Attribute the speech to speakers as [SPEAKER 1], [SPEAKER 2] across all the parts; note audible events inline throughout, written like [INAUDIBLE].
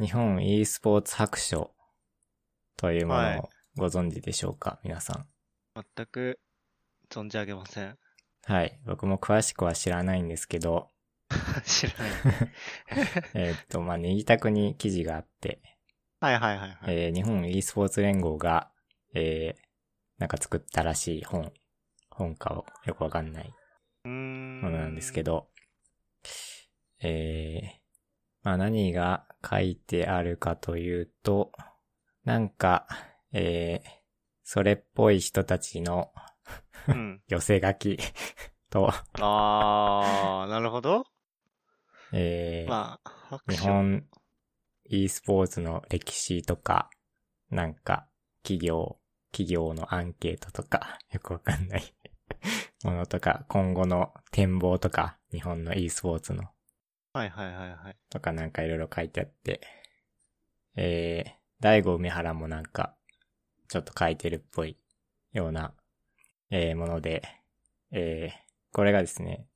[SPEAKER 1] 日本 e スポーツ白書というも
[SPEAKER 2] はい
[SPEAKER 1] のをご存知でしょうか、皆さん。
[SPEAKER 2] 全く存じ上げませ [LAUGHS] ん。
[SPEAKER 1] はい。僕も詳しくは知らないんですけど、 [LAUGHS]
[SPEAKER 2] 知らない。
[SPEAKER 1] えーっと、まあ、右択に記事があって、
[SPEAKER 2] はいはいはいはい。
[SPEAKER 1] えー日本 e スポーツ連合が、えー、なんか作ったらしい本、本かをよくわかんないう
[SPEAKER 2] ーん。
[SPEAKER 1] ものなんですけど、えー、まあ何が書いてあるかというと、なんか、えー、それっぽい人たちの
[SPEAKER 2] うん。
[SPEAKER 1] 寄せ書き [LAUGHS] と、
[SPEAKER 2] あー、なるほど。
[SPEAKER 1] えー
[SPEAKER 2] まあ、白
[SPEAKER 1] 日
[SPEAKER 2] 書。
[SPEAKER 1] 本 e スポーツの歴史とか、なんか、企業、企業のアンケートとか、 [LAUGHS] よくわかんないものとか、今後の展望とか、日本の e スポーツの
[SPEAKER 2] はいはいはいはい。
[SPEAKER 1] とかなんかいろいろ書いてあって、えー、大悟梅原もなんか、ちょっと書いてるっぽいような、えーもので、えー、これがですね、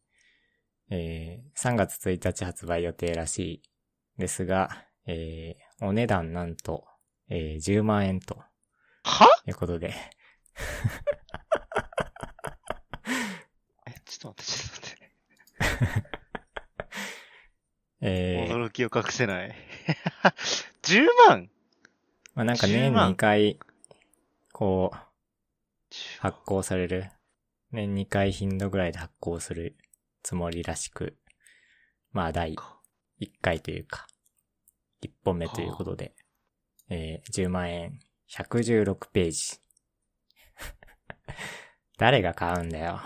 [SPEAKER 1] えー、3月1日発売予定らしいですが、えー、お値段なんと、えー、10万円と
[SPEAKER 2] は
[SPEAKER 1] いうことで、
[SPEAKER 2] え、ちょっと待って、ちょっと待って。
[SPEAKER 1] えー、
[SPEAKER 2] 驚きを隠せない。10万
[SPEAKER 1] まあ、なんか年
[SPEAKER 2] 10万
[SPEAKER 1] 2回、こう、
[SPEAKER 2] 10
[SPEAKER 1] 発行される。年2回頻度ぐらいで発行するつもりらしく、まあ第1回というか、1本目ということで、えー10万円、116ページ。 [LAUGHS] 誰が買うんだよ。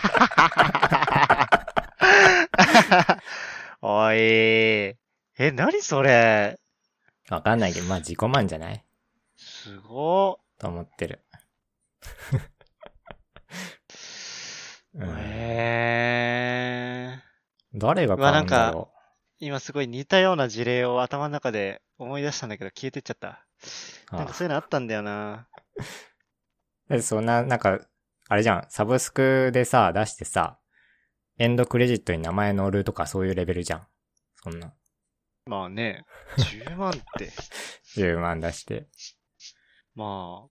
[SPEAKER 2] [LAUGHS] おいえ、何それ
[SPEAKER 1] わかんないけど、まあ自己満じゃない
[SPEAKER 2] すごっ。
[SPEAKER 1] と思って [LAUGHS] る。うん
[SPEAKER 2] えー、
[SPEAKER 1] 誰が買うんだ
[SPEAKER 2] うわ
[SPEAKER 1] ろ
[SPEAKER 2] 今すごい似たような事例を頭の中で思い出したんだけど消えてっちゃった。
[SPEAKER 1] う。
[SPEAKER 2] なんかそういうのあったんだよな。
[SPEAKER 1] だってそんな、なんか、あれじゃん、サブスクでさ、出してさ、エンドクレジットに名前載るとかそういうレベルじゃん。そんな。
[SPEAKER 2] まあね、10万って、
[SPEAKER 1] 10万出して。
[SPEAKER 2] ま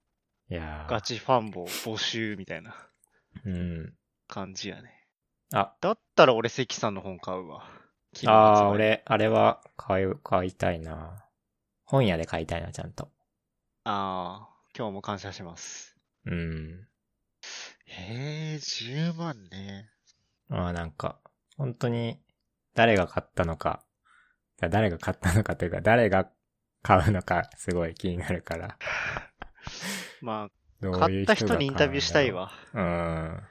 [SPEAKER 1] いや
[SPEAKER 2] あ、
[SPEAKER 1] ー
[SPEAKER 2] ガチファンボ募集みたいな
[SPEAKER 1] うん。
[SPEAKER 2] 感じやね。
[SPEAKER 1] あ、
[SPEAKER 2] だったら俺関さんの本買うわ。
[SPEAKER 1] あー、
[SPEAKER 2] 昨日発売。
[SPEAKER 1] 俺、あれは買い、買いたいな。本屋で買いたいな、ちゃんと。
[SPEAKER 2] ああ、今日も感謝します。
[SPEAKER 1] うん。
[SPEAKER 2] へえ、10万ね。
[SPEAKER 1] まあなんか、本当に、誰が買ったのか、だ誰が買ったのかというか、誰が買うのか、すごい気になるから。
[SPEAKER 2] ま
[SPEAKER 1] ど
[SPEAKER 2] あ、
[SPEAKER 1] ういう
[SPEAKER 2] 買った
[SPEAKER 1] が
[SPEAKER 2] 人にインタビューしたいわ。
[SPEAKER 1] 買うんだろう。うん。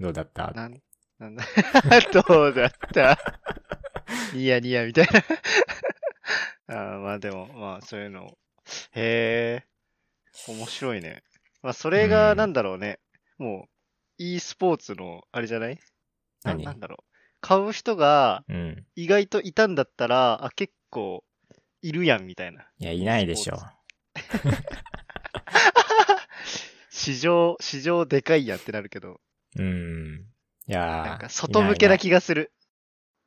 [SPEAKER 1] どうだった
[SPEAKER 2] なん、なんだ、 [LAUGHS] どうだったニヤニヤみたいな。あー [LAUGHS] まあでも、まあそういうのを。へえ、面白いね。まあそれ
[SPEAKER 1] う
[SPEAKER 2] が
[SPEAKER 1] ん
[SPEAKER 2] なんだろうね。もう、e スポーツの、あれじゃないな
[SPEAKER 1] 何
[SPEAKER 2] なんだろう。買う人が
[SPEAKER 1] うん。
[SPEAKER 2] 意外といたんだったら、あ、結構、いるやんみたいな。
[SPEAKER 1] いや、いないでしょ。
[SPEAKER 2] 市場、市場でかいやんってなるけど、
[SPEAKER 1] うん。いやー
[SPEAKER 2] なんか外向けな。
[SPEAKER 1] いい
[SPEAKER 2] 気がする。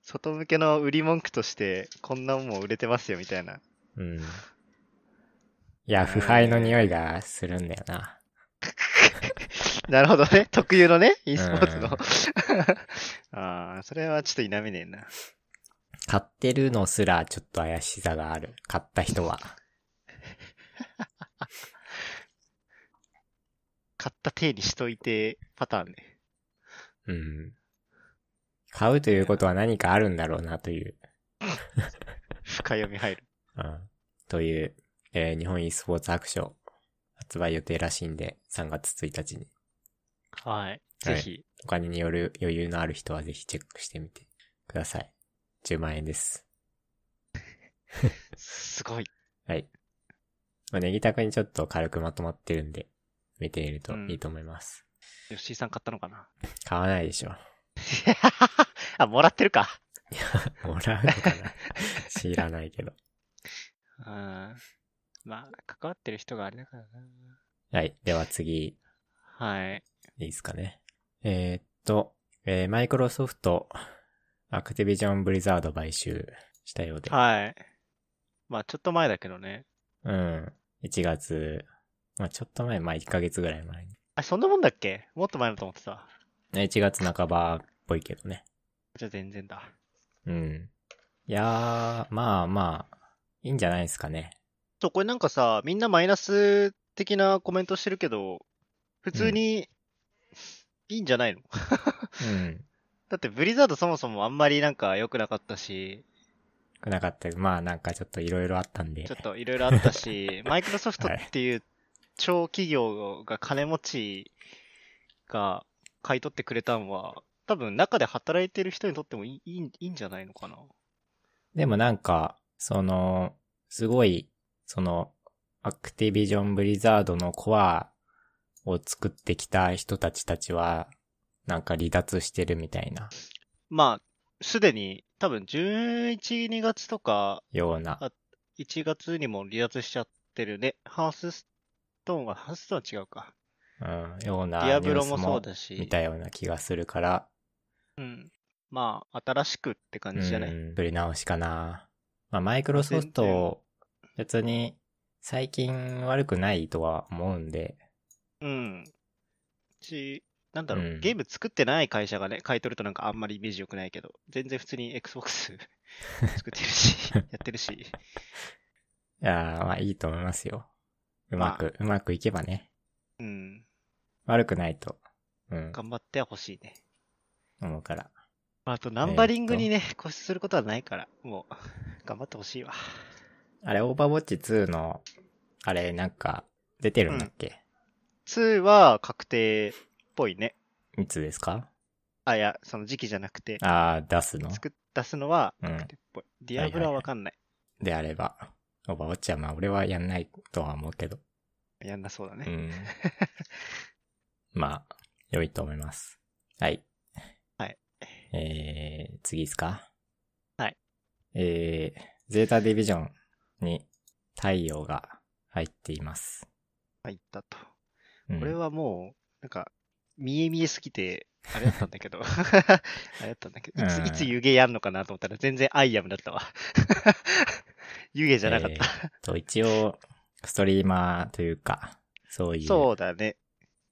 [SPEAKER 2] 外向けの売り文句として、こんなもん売れてますよみたいな。
[SPEAKER 1] うん。いや、腐敗の匂いがするんだよな。
[SPEAKER 2] なるほどね。 [LAUGHS] 特有のね、e スポーツ
[SPEAKER 1] うん
[SPEAKER 2] の。 [LAUGHS] ああ、それはちょっと否めねえな。
[SPEAKER 1] 買ってるのすらちょっと怪しさがある。買った人は。
[SPEAKER 2] 買った手にしといてパターンね。
[SPEAKER 1] うん。買うということは何かあるんだろうなという。
[SPEAKER 2] 深読み入る。
[SPEAKER 1] うん。という、えー日本 e スポーツアクション発売予定らしいんで、3月1日に。
[SPEAKER 2] はい。ぜひ。
[SPEAKER 1] お金による余裕のある人はぜひチェックしてみてください。10万円です。
[SPEAKER 2] すごい。
[SPEAKER 1] はい。まあ、ネギタクにちょっと軽くまとまってるんで、見てみると
[SPEAKER 2] うん
[SPEAKER 1] いいと思います。
[SPEAKER 2] 吉井さん買ったのかな [LAUGHS]
[SPEAKER 1] 買わないでしょ。
[SPEAKER 2] あ、もらってるか。
[SPEAKER 1] もらうのかな [LAUGHS] 知らないけど。
[SPEAKER 2] うん。まあ、関わってる人があれだからな。
[SPEAKER 1] はい。では次、
[SPEAKER 2] はい。
[SPEAKER 1] いいですかね。えーっと、えーマイクロソフト、アクティビジョン・ブリザード買収したようで、
[SPEAKER 2] はい。まあちょっと前だけどね。
[SPEAKER 1] うん。1月、まあちょっと前、まあ1ヶ月ぐらい前に。
[SPEAKER 2] あ、そんなもんだっけもっと前だと思ってた。
[SPEAKER 1] ね1月半ばっぽいけどね。
[SPEAKER 2] じゃあ全然だ。
[SPEAKER 1] うん。いやー、まあまあ、いいんじゃないですかね。
[SPEAKER 2] そう、これなんかさ、みんなマイナス的なコメントしてるけど、普通に、いいんじゃないの [LAUGHS]
[SPEAKER 1] うん。
[SPEAKER 2] だってブリザードそもそもあんまりなんか良くなかったし、
[SPEAKER 1] なかった。まあなんかちょっといろいろあったんで。
[SPEAKER 2] ちょっといろいろあったし、 [LAUGHS] マイクロソフトっていう超企業が金持ちが買い取ってくれたんは、多分中で働いてる人にとってもいいいいいいんじゃないのかな。
[SPEAKER 1] でもなんか、その、すごい、その、アクティビジョン・ブリザードのコアを作ってきた人たちたちは、なんか離脱してるみたいな
[SPEAKER 2] まあ、すでに多分11、2月とか
[SPEAKER 1] ような。
[SPEAKER 2] あ1月にも離脱しちゃってるね。ハースストーンは、ハースストーンは違うか。
[SPEAKER 1] うん、ような
[SPEAKER 2] デ
[SPEAKER 1] ニ
[SPEAKER 2] ィ
[SPEAKER 1] ュ
[SPEAKER 2] アブ
[SPEAKER 1] ー
[SPEAKER 2] ロ
[SPEAKER 1] ス
[SPEAKER 2] もそう
[SPEAKER 1] も
[SPEAKER 2] だし。
[SPEAKER 1] 見たような気がするから、
[SPEAKER 2] うん。まあ、新しくって感じじゃない。
[SPEAKER 1] うん、取り直しかな。まあ、マイクロソフト、別に最近悪くないとは思うんで、
[SPEAKER 2] うん。し、なんだろう、
[SPEAKER 1] うん
[SPEAKER 2] ゲーム作ってない会社がね、買い取るとなんかあんまりイメージ良くないけど、全然普通に Xbox [LAUGHS] 作ってる
[SPEAKER 1] [LAUGHS]
[SPEAKER 2] し、やってるし。
[SPEAKER 1] いやーまあいいと思いますよ。うまく、うまくいけばね。
[SPEAKER 2] うん。
[SPEAKER 1] 悪くないと。うん。
[SPEAKER 2] 頑張ってほしいね。
[SPEAKER 1] 思うから。
[SPEAKER 2] まあ、あとナンバリングにね、固執することはないから、もう、頑張ってほしいわ。
[SPEAKER 1] あれ、オーバーウォッチ2の、あれ、なんか、出てるんだっけ、
[SPEAKER 2] 2は確定っぽいね。
[SPEAKER 1] いつですか
[SPEAKER 2] あ、いや、その時期じゃなくて、
[SPEAKER 1] あー出すの
[SPEAKER 2] 作っ出すのは、
[SPEAKER 1] うん
[SPEAKER 2] 確定っぽい。ディアブロはわかんない。
[SPEAKER 1] であれば。オーバーウォッチはまあ、俺はやんないとは思うけど。
[SPEAKER 2] やんなそうだね。
[SPEAKER 1] うん。まあ、良いと思います。はい。
[SPEAKER 2] はい。
[SPEAKER 1] えー、次ですか
[SPEAKER 2] はい。
[SPEAKER 1] えー、ゼータディビジョンに太陽が入っています。
[SPEAKER 2] 入ったと。
[SPEAKER 1] うん
[SPEAKER 2] これはもう、なんか、見え見えすぎて、あれだったん
[SPEAKER 1] [LAUGHS]
[SPEAKER 2] だけど、あれだったんだけど、いつ、
[SPEAKER 1] うん
[SPEAKER 2] いつ湯気やんのかなと思ったら全然アイアムだったわ。 [LAUGHS] 湯気じゃなかった。
[SPEAKER 1] えーと、一応、ストリーマーというか、そういう、
[SPEAKER 2] そうだね。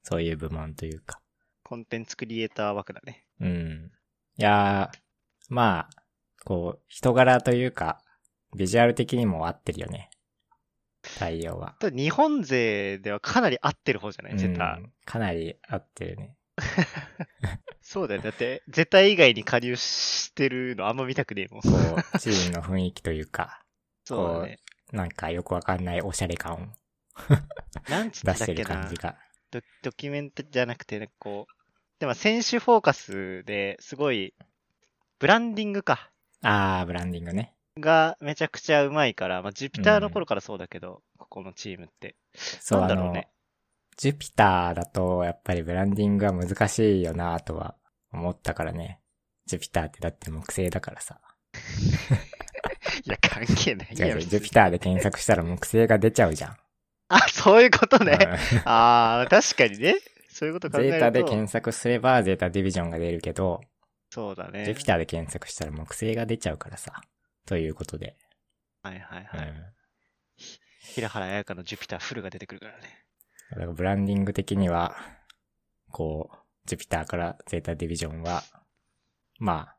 [SPEAKER 1] そういう部門というか。
[SPEAKER 2] コンテンツクリエイター枠だね。
[SPEAKER 1] うん。いやー、まあ、こう、人柄というか、ビジュアル的にも合ってるよね。太陽は。
[SPEAKER 2] ただ日本勢ではかなり合ってる方じゃない絶対。
[SPEAKER 1] うんかなり合ってるね。
[SPEAKER 2] そうだよ。だって、絶対以外に加入してるのあんま見たくねえもん。
[SPEAKER 1] こう、チームの雰囲気というか、 [LAUGHS]
[SPEAKER 2] そうだね。
[SPEAKER 1] なんかよくわかんないおしゃれ感を
[SPEAKER 2] なんつって
[SPEAKER 1] 出
[SPEAKER 2] た
[SPEAKER 1] し
[SPEAKER 2] ってけ
[SPEAKER 1] る
[SPEAKER 2] な
[SPEAKER 1] 感じ。が。
[SPEAKER 2] ドドキュメントじゃなくて、なんかこう、でも選手フォーカスですごい、ブランディングか。
[SPEAKER 1] あー、ブランディングね。
[SPEAKER 2] がめちゃくちゃうまいから、まあ、ジュピターの頃からそうだけど、ここのチームって。
[SPEAKER 1] そう、
[SPEAKER 2] なんだ
[SPEAKER 1] あ
[SPEAKER 2] ろう
[SPEAKER 1] の
[SPEAKER 2] ね、
[SPEAKER 1] ジュピターだと、やっぱりブランディングは難しいよなとは思ったからね。ジュピターってだって木星だからさ。
[SPEAKER 2] いや、関係ない
[SPEAKER 1] 違う
[SPEAKER 2] や
[SPEAKER 1] 違う、
[SPEAKER 2] ろ。
[SPEAKER 1] ジュピターで検索したら木星が出ちゃうじゃん。
[SPEAKER 2] あ、そういうこと
[SPEAKER 1] うん
[SPEAKER 2] [LAUGHS] ね。ああ、確かにね。そういうこと考え
[SPEAKER 1] ゼ
[SPEAKER 2] ると。
[SPEAKER 1] ータで検索すれば、ゼータディビジョンが出るけど、
[SPEAKER 2] そうだね。
[SPEAKER 1] ジュピターで検索したら木星が出ちゃうからさ。ということで。
[SPEAKER 2] はいはい
[SPEAKER 1] うん
[SPEAKER 2] はい。。平原綾香のジュピターフルが出てくるからね。
[SPEAKER 1] だからブランディング的には、こう、ジュピターからゼータディビジョンは、まあ、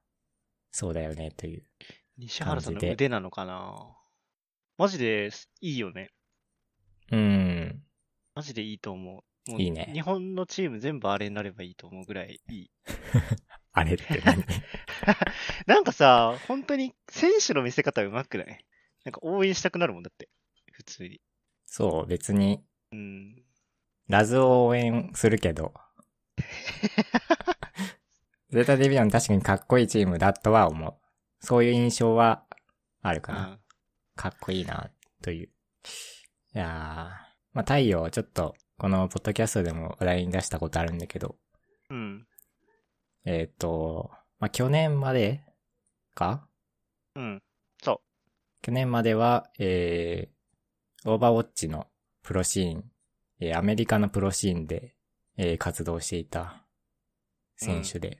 [SPEAKER 1] そうだよね、という。
[SPEAKER 2] 西原さん
[SPEAKER 1] 感
[SPEAKER 2] の
[SPEAKER 1] じで
[SPEAKER 2] 腕なのかなマジで、いいよね。
[SPEAKER 1] うん。
[SPEAKER 2] マジでいいと思う。もう
[SPEAKER 1] いいね
[SPEAKER 2] 日本のチーム全部あれになればいいと思うぐらいいい。
[SPEAKER 1] あれって [LAUGHS] 何
[SPEAKER 2] なんかさ、本当に選手の見せ方うまくないなんか応援したくなるもんだって。普通に。
[SPEAKER 1] そう、別に、
[SPEAKER 2] うん。
[SPEAKER 1] ラズを応援するけ [LAUGHS] ど。ゼータディビジョン確かにかっこいいチームだとは思う。そういう印象はあるかな。
[SPEAKER 2] あ
[SPEAKER 1] かっこいいな、という。いやー、まあ、太陽、ちょっと、このポッドキャストでも話題に出したことあるんだけど、
[SPEAKER 2] うん。
[SPEAKER 1] えっ、と、まあ、去年までか
[SPEAKER 2] うん。そ
[SPEAKER 1] 去年までは、えー、オーバーウォッチのプロシーン、えーアメリカのプロシーンで、えー活動していた選手で、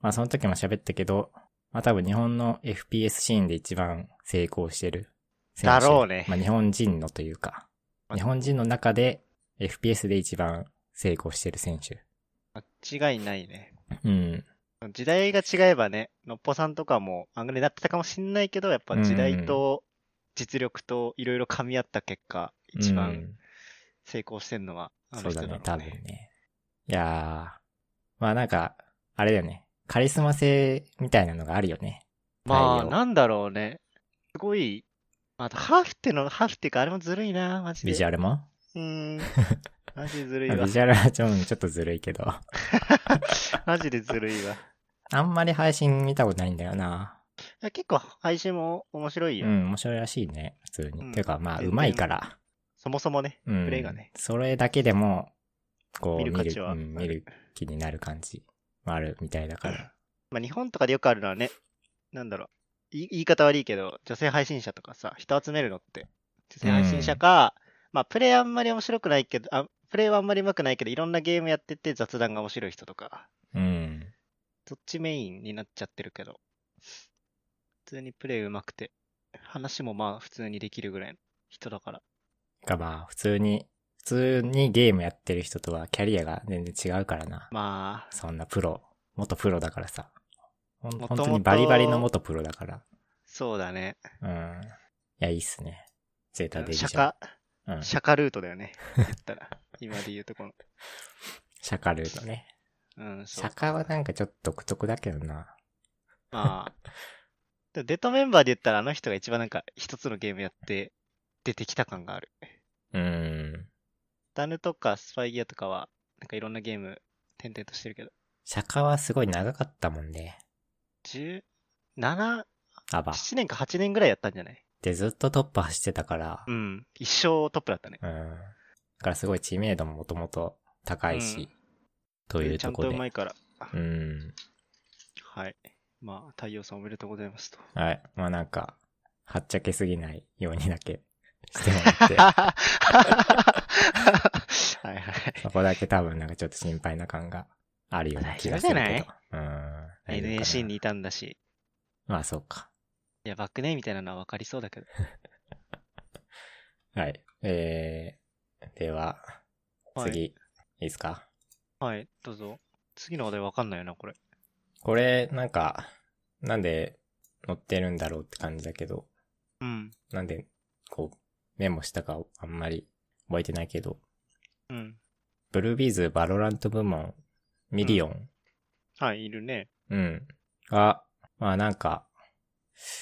[SPEAKER 1] まあその時も喋ったけど、まあ多分日本の FPS シーンで一番成功してる選手
[SPEAKER 2] だろうね
[SPEAKER 1] まあ日本人のというか、日本人の中で FPS で一番成功してる選手。
[SPEAKER 2] 間違いないね。
[SPEAKER 1] うん。
[SPEAKER 2] 時代が違えばね、のっぽさんとかもあんぐらいなってたかもしんないけど、やっぱ時代と実力といろいろ噛み合った結果、一
[SPEAKER 1] う
[SPEAKER 2] 番
[SPEAKER 1] ん
[SPEAKER 2] 成功してんのはあ
[SPEAKER 1] そ
[SPEAKER 2] の
[SPEAKER 1] う
[SPEAKER 2] 人
[SPEAKER 1] だね
[SPEAKER 2] だろうね、。
[SPEAKER 1] 多分ね。いやー。まあなんか、あれだよね。カリスマ性みたいなのがあるよね。
[SPEAKER 2] まあ、
[SPEAKER 1] 対応
[SPEAKER 2] なんだろうね。すごい、まあ、ハーフっての、ハーフっていうか、あれもずるいな、マジで。
[SPEAKER 1] ビジュアルも
[SPEAKER 2] うー
[SPEAKER 1] [LAUGHS]
[SPEAKER 2] ん。マジでずるい
[SPEAKER 1] まあ
[SPEAKER 2] わ
[SPEAKER 1] ビ。ジュアルはちょうんちょっとずるいけど。
[SPEAKER 2] マジでずるいわ。い
[SPEAKER 1] あんまり配信見たことないんだよな。
[SPEAKER 2] や結構、配信も面白いうよ。
[SPEAKER 1] ん、面白いらしいね。普通に。
[SPEAKER 2] うん
[SPEAKER 1] てかまあ、
[SPEAKER 2] 全然
[SPEAKER 1] うまいから。
[SPEAKER 2] そもそもね、
[SPEAKER 1] うん。
[SPEAKER 2] プレイがね。
[SPEAKER 1] それだけでも、こう、見
[SPEAKER 2] 見る
[SPEAKER 1] る
[SPEAKER 2] 価値は
[SPEAKER 1] うん
[SPEAKER 2] あ
[SPEAKER 1] 見
[SPEAKER 2] る
[SPEAKER 1] る気になる感じもあるみたいだから。
[SPEAKER 2] まあ、日本とかでよくあるのはね、なんだろう、い言い方悪いけど、女性配信者とかさ、人集めるのって、女性配信者か、まあ、プレイあんまり面白くないけど、あプレイはあんまり上手くないけど、いろんなゲームやってて雑談が面白い人とか、
[SPEAKER 1] うん。
[SPEAKER 2] そっちメインになっちゃってるけど、普通にプレイ上手くて、話もまあ普通にできるぐらいの人だから。
[SPEAKER 1] がまあ、普通に、普通にゲームやってる人とはキャリアが全然違うからな。
[SPEAKER 2] まあ、
[SPEAKER 1] そんなプロ、元プロだからさ。ほん
[SPEAKER 2] 元々
[SPEAKER 1] 本当にバリバリの元プロだから。
[SPEAKER 2] そうだね。
[SPEAKER 1] うん。いや、いいっすね。ゼータデビジョン。
[SPEAKER 2] 釈迦、
[SPEAKER 1] うん。
[SPEAKER 2] 釈迦ルートだよね。言ったら、今で言うとこの。
[SPEAKER 1] シャカルーのね。
[SPEAKER 2] うん、
[SPEAKER 1] シ
[SPEAKER 2] そう
[SPEAKER 1] ャカはなんかちょっと独特だけどな。
[SPEAKER 2] まあ。でもデッドメンバーで言ったらあの人が一番なんか一つのゲームやって出てきた感がある。
[SPEAKER 1] うん。
[SPEAKER 2] ダヌとかスパイギアとかはなんかいろんなゲーム点々としてるけど、
[SPEAKER 1] シャカはすごい長かったもんね。
[SPEAKER 2] 17、7
[SPEAKER 1] アバ。
[SPEAKER 2] 年か8年ぐらいやったんじゃない
[SPEAKER 1] で、ずっとトップ走ってたから
[SPEAKER 2] う。ん。一生トップだったね。
[SPEAKER 1] うん。だからすごい知名度ももともと高いし。
[SPEAKER 2] うん
[SPEAKER 1] という
[SPEAKER 2] ちゃ
[SPEAKER 1] と
[SPEAKER 2] ん
[SPEAKER 1] ことで。
[SPEAKER 2] うまいから。
[SPEAKER 1] うん。
[SPEAKER 2] はい。まあ、太陽さんおめでとうございますと。
[SPEAKER 1] はい。まあなんか、はっちゃけすぎないようにだ
[SPEAKER 2] [LAUGHS]
[SPEAKER 1] けしてもらって、
[SPEAKER 2] はいはい。
[SPEAKER 1] そこだけ多分なんかちょっと心配な感があるような気がするけど。
[SPEAKER 2] 大丈夫
[SPEAKER 1] うーん。大丈夫かな
[SPEAKER 2] NAC にいたんだし、
[SPEAKER 1] まあそうか。
[SPEAKER 2] やばくねみたいなのはわかりそうだけど。
[SPEAKER 1] はい。えー、では、
[SPEAKER 2] はい
[SPEAKER 1] 次、い、いですか
[SPEAKER 2] はい、どうぞ。次の話題わかんないよな、これ。
[SPEAKER 1] これ、なんか、なんで載ってるんだろうって感じだけど、
[SPEAKER 2] うん。
[SPEAKER 1] なんで、こう、メモしたかあんまり覚えてないけど、
[SPEAKER 2] うん。
[SPEAKER 1] ブルービーズバロラント部門、ミリオン、
[SPEAKER 2] はい、いるね。
[SPEAKER 1] うん。が、まあなんか、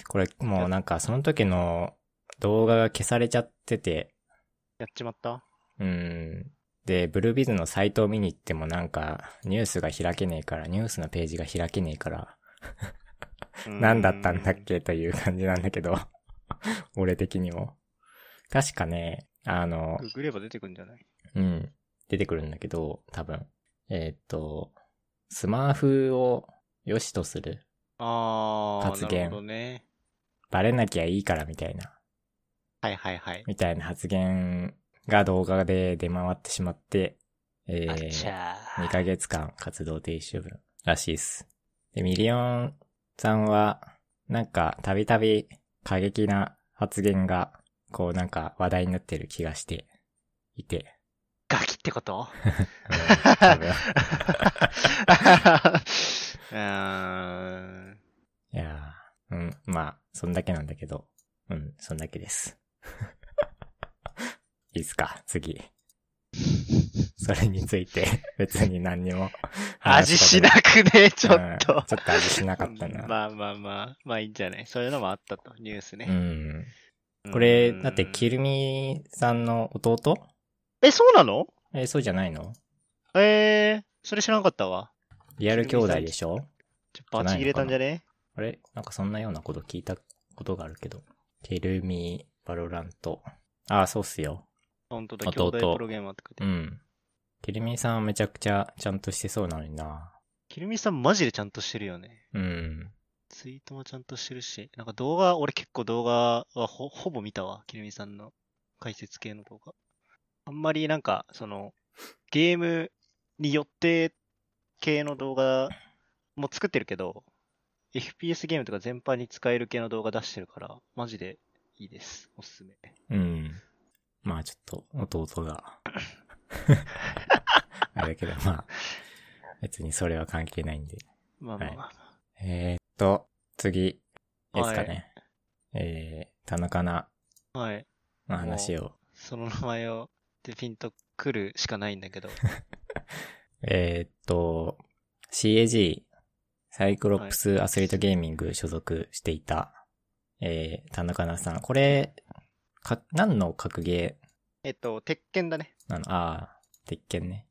[SPEAKER 1] これもうなんかその時の動画が消されちゃってて、
[SPEAKER 2] やっちまった
[SPEAKER 1] うん。で、ブルービズのサイトを見に行ってもなんかニュースが開けねえから、ニュースのページが開けねえから、何だったんだっけという感じなんだけど、 [LAUGHS] 俺的にも。確かね、あの、
[SPEAKER 2] ググれば出てくるんじゃない
[SPEAKER 1] うん。出てくるんだけど、多分。えーっと、スマーフを良しとする。
[SPEAKER 2] あー、
[SPEAKER 1] 発言
[SPEAKER 2] なるほどね。
[SPEAKER 1] バレなきゃいいからみたいな。
[SPEAKER 2] はいはいはい。
[SPEAKER 1] みたいな発言が動画で出回ってしまって、え
[SPEAKER 2] あっち
[SPEAKER 1] ー、
[SPEAKER 2] ゃ
[SPEAKER 1] 2
[SPEAKER 2] ー。
[SPEAKER 1] ヶ月間活動停止処分らしいです。で、ミリオンさんは、なんか、たびたび過激な発言が、こうなんか話題になってる気がしていて、
[SPEAKER 2] ガキってこと
[SPEAKER 1] うん多分
[SPEAKER 2] [LAUGHS] うーん。
[SPEAKER 1] [LAUGHS] いやーうん、まあ、そんだけなんだけど、うん、そんだけです。 [LAUGHS] いいっすか、次。それについて、別に何にも
[SPEAKER 2] 味
[SPEAKER 1] 話
[SPEAKER 2] し
[SPEAKER 1] こと
[SPEAKER 2] なくね、 [LAUGHS] ちょ
[SPEAKER 1] うん
[SPEAKER 2] っと。
[SPEAKER 1] ちょっと味しなかったな。
[SPEAKER 2] まあまあまあ、まあいいんじゃないそういうのもあったと、ニュース
[SPEAKER 1] う
[SPEAKER 2] ね。
[SPEAKER 1] ん。これ、だって、
[SPEAKER 2] き
[SPEAKER 1] キルミさんの弟
[SPEAKER 2] え、そうなの
[SPEAKER 1] え、そうじゃないの
[SPEAKER 2] えー、それ知らなかったわ。
[SPEAKER 1] リアル兄弟でしょ
[SPEAKER 2] ちょバチ切れたんじゃね
[SPEAKER 1] あれなんかそんなようなこと聞いたことがあるけど。キルミ、バロラント。ああ、そうっすよ。
[SPEAKER 2] 本当だ、
[SPEAKER 1] 弟
[SPEAKER 2] 兄弟プロゲーマーって書いて
[SPEAKER 1] う
[SPEAKER 2] ある。
[SPEAKER 1] ん。キルミさんはめちゃくちゃちゃんとしてそうなのにな。
[SPEAKER 2] キルミさんマジでちゃんとしてるよね。
[SPEAKER 1] うん。
[SPEAKER 2] ツイートもちゃんとしてるし、なんか動画、俺結構動画はほほぼ見たわ。キルミさんの解説系の動画。あんまりなんか、その、ゲームによって系の動画も作ってるけど、FPS ゲームとか全般に使える系の動画出してるから、マジでいいです。おすすめ。
[SPEAKER 1] うん。まあちょっと、弟が。あれだけど、まあ、別にそれは関係ないんで。
[SPEAKER 2] まあまあまあ。
[SPEAKER 1] えー、っと、次ですか
[SPEAKER 2] は
[SPEAKER 1] ね。えー、田中菜
[SPEAKER 2] はい。
[SPEAKER 1] の話を。
[SPEAKER 2] その名前を、でピンとくるしかないんだ [LAUGHS] けど。
[SPEAKER 1] えー、っと、CAG、サイクロプスアスリートゲーミング所属していた、えー、田中菜さん。これ、か、何の格ゲー
[SPEAKER 2] えっと、鉄拳だね。
[SPEAKER 1] なのああ、鉄拳ね。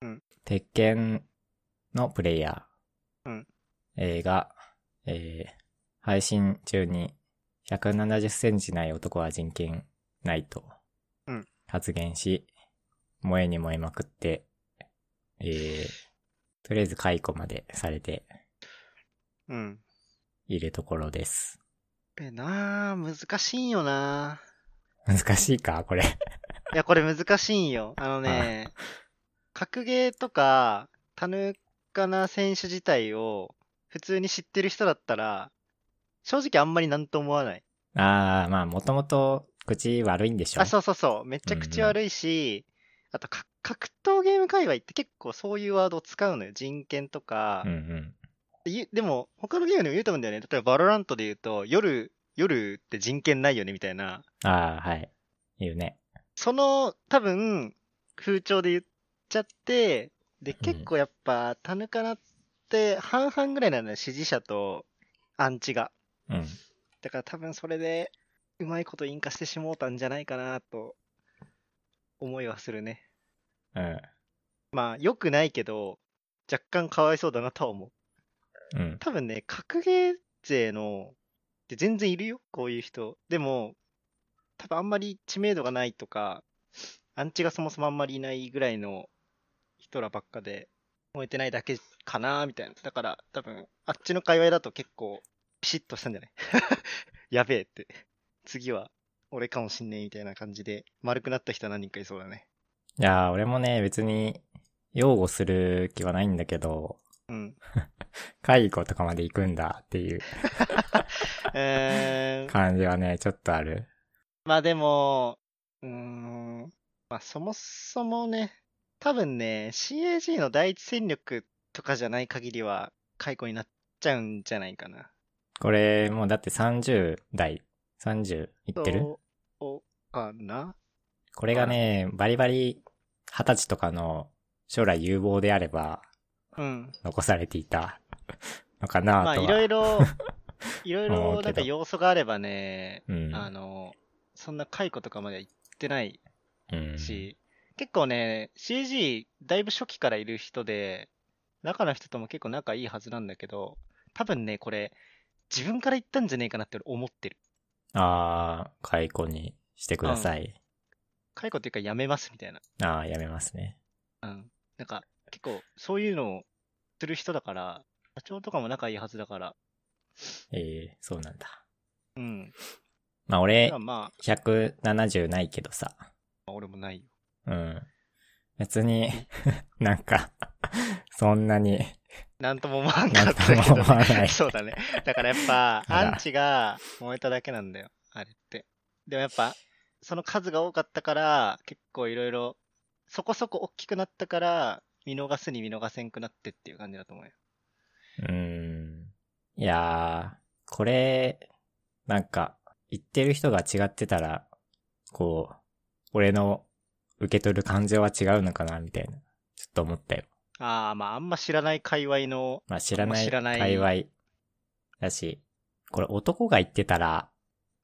[SPEAKER 2] うん
[SPEAKER 1] 鉄拳のプレイヤー。
[SPEAKER 2] うん
[SPEAKER 1] えーが、えー配信中に170センチない男は人権ないと
[SPEAKER 2] うん。
[SPEAKER 1] 発言し、燃えに燃えまくって、えーとりあえず解雇までされて
[SPEAKER 2] うん。
[SPEAKER 1] いるところです。
[SPEAKER 2] え、なあ難しいんよな
[SPEAKER 1] 難しいかこれ。
[SPEAKER 2] いや、これ難しいんよ。あのね、格ゲーとか、タヌカナ選手自体を、普通に知ってる人だったら、正直あんまりなんと思わない。
[SPEAKER 1] ああ、まあ、もともと口悪いんでしょ
[SPEAKER 2] あ、そうそうそう。めちゃくちゃ悪いし、あとか、格闘ゲーム界隈って結構そういうワードを使うのよ。人権とか、
[SPEAKER 1] うんうん。
[SPEAKER 2] ゆでも、他のゲームでも言うと思うんだよね。例えば、バロラントで言うと、夜、夜って人権ないよね、みたいな。
[SPEAKER 1] ああ、はい。言うね。
[SPEAKER 2] その、多分、風潮で言っちゃって、で、
[SPEAKER 1] ん
[SPEAKER 2] 結構やっぱ、タヌカナって、半々ぐらいなのよ、支持者と、アンチが。
[SPEAKER 1] うん。
[SPEAKER 2] だから多分それで、うまいこと引火してしもうたんじゃないかな、と、思いはするね。
[SPEAKER 1] うん。
[SPEAKER 2] まあ、良くないけど、若干かわいそうだなとは思う。
[SPEAKER 1] うん。
[SPEAKER 2] 多分ね、格ゲー勢の、で全然いるよ、こういう人。でも、多分あんまり知名度がないとか、アンチがそもそもあんまりいないぐらいの人らばっかで、燃えてないだけかなみたいな。だから、多分、あっちの界隈だと結構、ピシッとしたんじゃない [LAUGHS] やべえって。次は、俺かもしんねえみたいな感じで、丸くなった人は何人かいそうだね。
[SPEAKER 1] いやー、俺もね、別に、擁護する気はないんだけど、
[SPEAKER 2] うん。
[SPEAKER 1] [LAUGHS] 介護とかまで行くんだっていう
[SPEAKER 2] えー、
[SPEAKER 1] 感じはね、ちょっとある。
[SPEAKER 2] まあでも、うーん、まあそもそもね、多分ね、CAG の第一戦力とかじゃない限りは解雇になっちゃうんじゃないかな。
[SPEAKER 1] これ、もうだって30代、30いってる
[SPEAKER 2] そうかな
[SPEAKER 1] これがね、バリバリ20歳とかの将来有望であれば
[SPEAKER 2] うん。
[SPEAKER 1] 残されていた [LAUGHS] のか
[SPEAKER 2] ま
[SPEAKER 1] な
[SPEAKER 2] あ
[SPEAKER 1] とは。
[SPEAKER 2] いろ
[SPEAKER 1] [LAUGHS]
[SPEAKER 2] いろ、いろい
[SPEAKER 1] 思うけ
[SPEAKER 2] ろ
[SPEAKER 1] ど
[SPEAKER 2] なんか要素があればね、
[SPEAKER 1] うん。
[SPEAKER 2] あの、そんな解雇とかまでは行ってない
[SPEAKER 1] うん、
[SPEAKER 2] し、結構ね、CG だいぶ初期からいる人で、中の人とも結構仲いいはずなんだけど、多分ね、これ、自分から言ったんじゃねえかなって俺思ってる。
[SPEAKER 1] あー、解雇にしてください。
[SPEAKER 2] 解雇っていうかやめますみたいな。
[SPEAKER 1] あー、やめますね。
[SPEAKER 2] うん。なんか、結構そういうのをする人だから、社長とかも仲いいはずだから、
[SPEAKER 1] えー、そうなんだ。
[SPEAKER 2] うん。
[SPEAKER 1] まあ
[SPEAKER 2] だ
[SPEAKER 1] 俺
[SPEAKER 2] から、ま
[SPEAKER 1] 170ないけどさ。
[SPEAKER 2] あ、俺もないよ。
[SPEAKER 1] うん。別に、 [LAUGHS] なんか、そんなに、
[SPEAKER 2] なんとも思わんか
[SPEAKER 1] な
[SPEAKER 2] っ
[SPEAKER 1] ん
[SPEAKER 2] た
[SPEAKER 1] と
[SPEAKER 2] け
[SPEAKER 1] も思
[SPEAKER 2] ど、。
[SPEAKER 1] わない
[SPEAKER 2] そうだね。だからやっぱ、
[SPEAKER 1] ただ
[SPEAKER 2] アンチが燃えただけなんだよ、あれって。でもやっぱ、その数が多かったから、結構いろいろ、そこそこ大きくなったから、見逃すに見逃せんくなってっていう感じだと思うよ。
[SPEAKER 1] うん。いやー、これ、なんか、言ってる人が違ってたら、こう、俺の受け取る感情は違うのかな、みたいな。ちょっと思ったよ。
[SPEAKER 2] ああ、まああんま知らない界隈の、
[SPEAKER 1] まあ知らな
[SPEAKER 2] 知
[SPEAKER 1] い
[SPEAKER 2] らない
[SPEAKER 1] 界隈だし、これ男が言ってたら、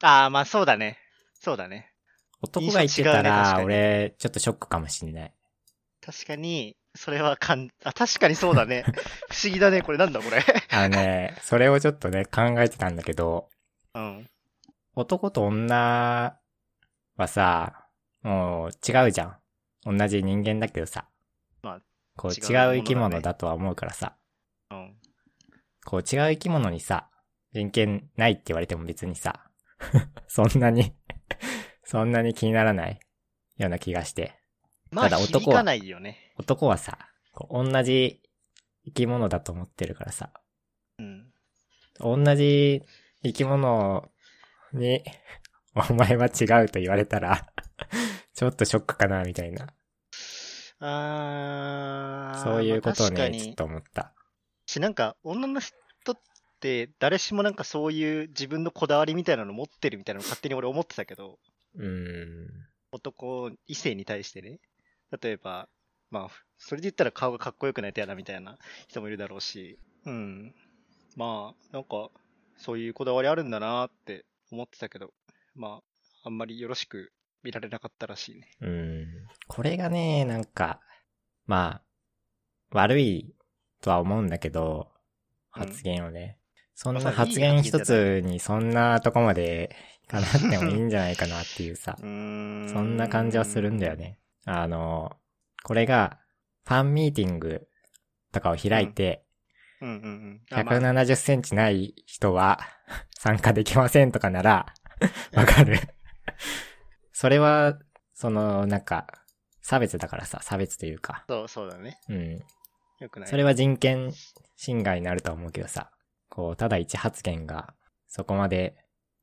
[SPEAKER 2] ああ、まあそうだね。そうだね。
[SPEAKER 1] 男が言って
[SPEAKER 2] 印象違
[SPEAKER 1] た
[SPEAKER 2] うね確
[SPEAKER 1] ら、
[SPEAKER 2] かに
[SPEAKER 1] 俺、ちょっとショックかもしんない。
[SPEAKER 2] 確かに、それはかん、あ、確かにそう
[SPEAKER 1] [LAUGHS]
[SPEAKER 2] だね。不思議だね。これなんだこれ。 [LAUGHS]
[SPEAKER 1] あのね、 [LAUGHS] それをちょっとね、考えてたんだけど、
[SPEAKER 2] うん。
[SPEAKER 1] 男と女はさ、もう違うじゃん。同じ人間だけどさ。
[SPEAKER 2] まあ
[SPEAKER 1] こう
[SPEAKER 2] 違う
[SPEAKER 1] 違う生き
[SPEAKER 2] ものだ
[SPEAKER 1] 物
[SPEAKER 2] ね
[SPEAKER 1] だとは思うからさ。
[SPEAKER 2] うん。
[SPEAKER 1] こう違う生き物にさ、人権ないって言われても別にさ、 [LAUGHS] そんなに、 [LAUGHS] そんなに気にならないような気がして。
[SPEAKER 2] まあ、
[SPEAKER 1] ただ
[SPEAKER 2] 響
[SPEAKER 1] 男は
[SPEAKER 2] かないよね。
[SPEAKER 1] 男はさ、こう同じ生き物だと思ってるからさ。
[SPEAKER 2] うん。
[SPEAKER 1] 同じ生き物に [LAUGHS] お前は違うと言われたら、 [LAUGHS] ちょっとショックかな、みたいな。
[SPEAKER 2] あー
[SPEAKER 1] そういうことを
[SPEAKER 2] まあ確か
[SPEAKER 1] ね、ちょっ
[SPEAKER 2] に。
[SPEAKER 1] と思った。
[SPEAKER 2] し、なんか、女の人って、誰しもなんかそういう自分のこだわりみたいなの持ってるみたいなの勝手に俺思ってたけど、
[SPEAKER 1] うーん。
[SPEAKER 2] 男、異性に対してね。例えば、まあ、それで言ったら顔がかっこよくないと嫌だみたいな人もいるだろうし、うん。まあ、なんか、そういうこだわりあるんだなって思ってたけど、まあ、あんまりよろしく見られなかったらしいね。
[SPEAKER 1] うーん。これがね、なんか、まあ、悪いとは思うんだけど、
[SPEAKER 2] うん
[SPEAKER 1] 発言をね。そん
[SPEAKER 2] ま
[SPEAKER 1] な
[SPEAKER 2] あそういい
[SPEAKER 1] 発言
[SPEAKER 2] 発言
[SPEAKER 1] 一つにそんなとこまでいかなくてもいいんじゃないかなっていうさ
[SPEAKER 2] う。ーん。
[SPEAKER 1] そんな感じはするんだよ。ね。あの、これが、ファンミーティングとかを開いて、
[SPEAKER 2] うんうんうん。あまあ
[SPEAKER 1] 170センチない人は [LAUGHS] 参加できませんとかな
[SPEAKER 2] [LAUGHS]
[SPEAKER 1] ら、わかる。それは、その、なんか、差別だからさ、差別というか、
[SPEAKER 2] そう、そうだね。
[SPEAKER 1] うん。
[SPEAKER 2] よくない。
[SPEAKER 1] それは人権侵害になるとは思うけどさ、こう、ただ一発言が、そこまで、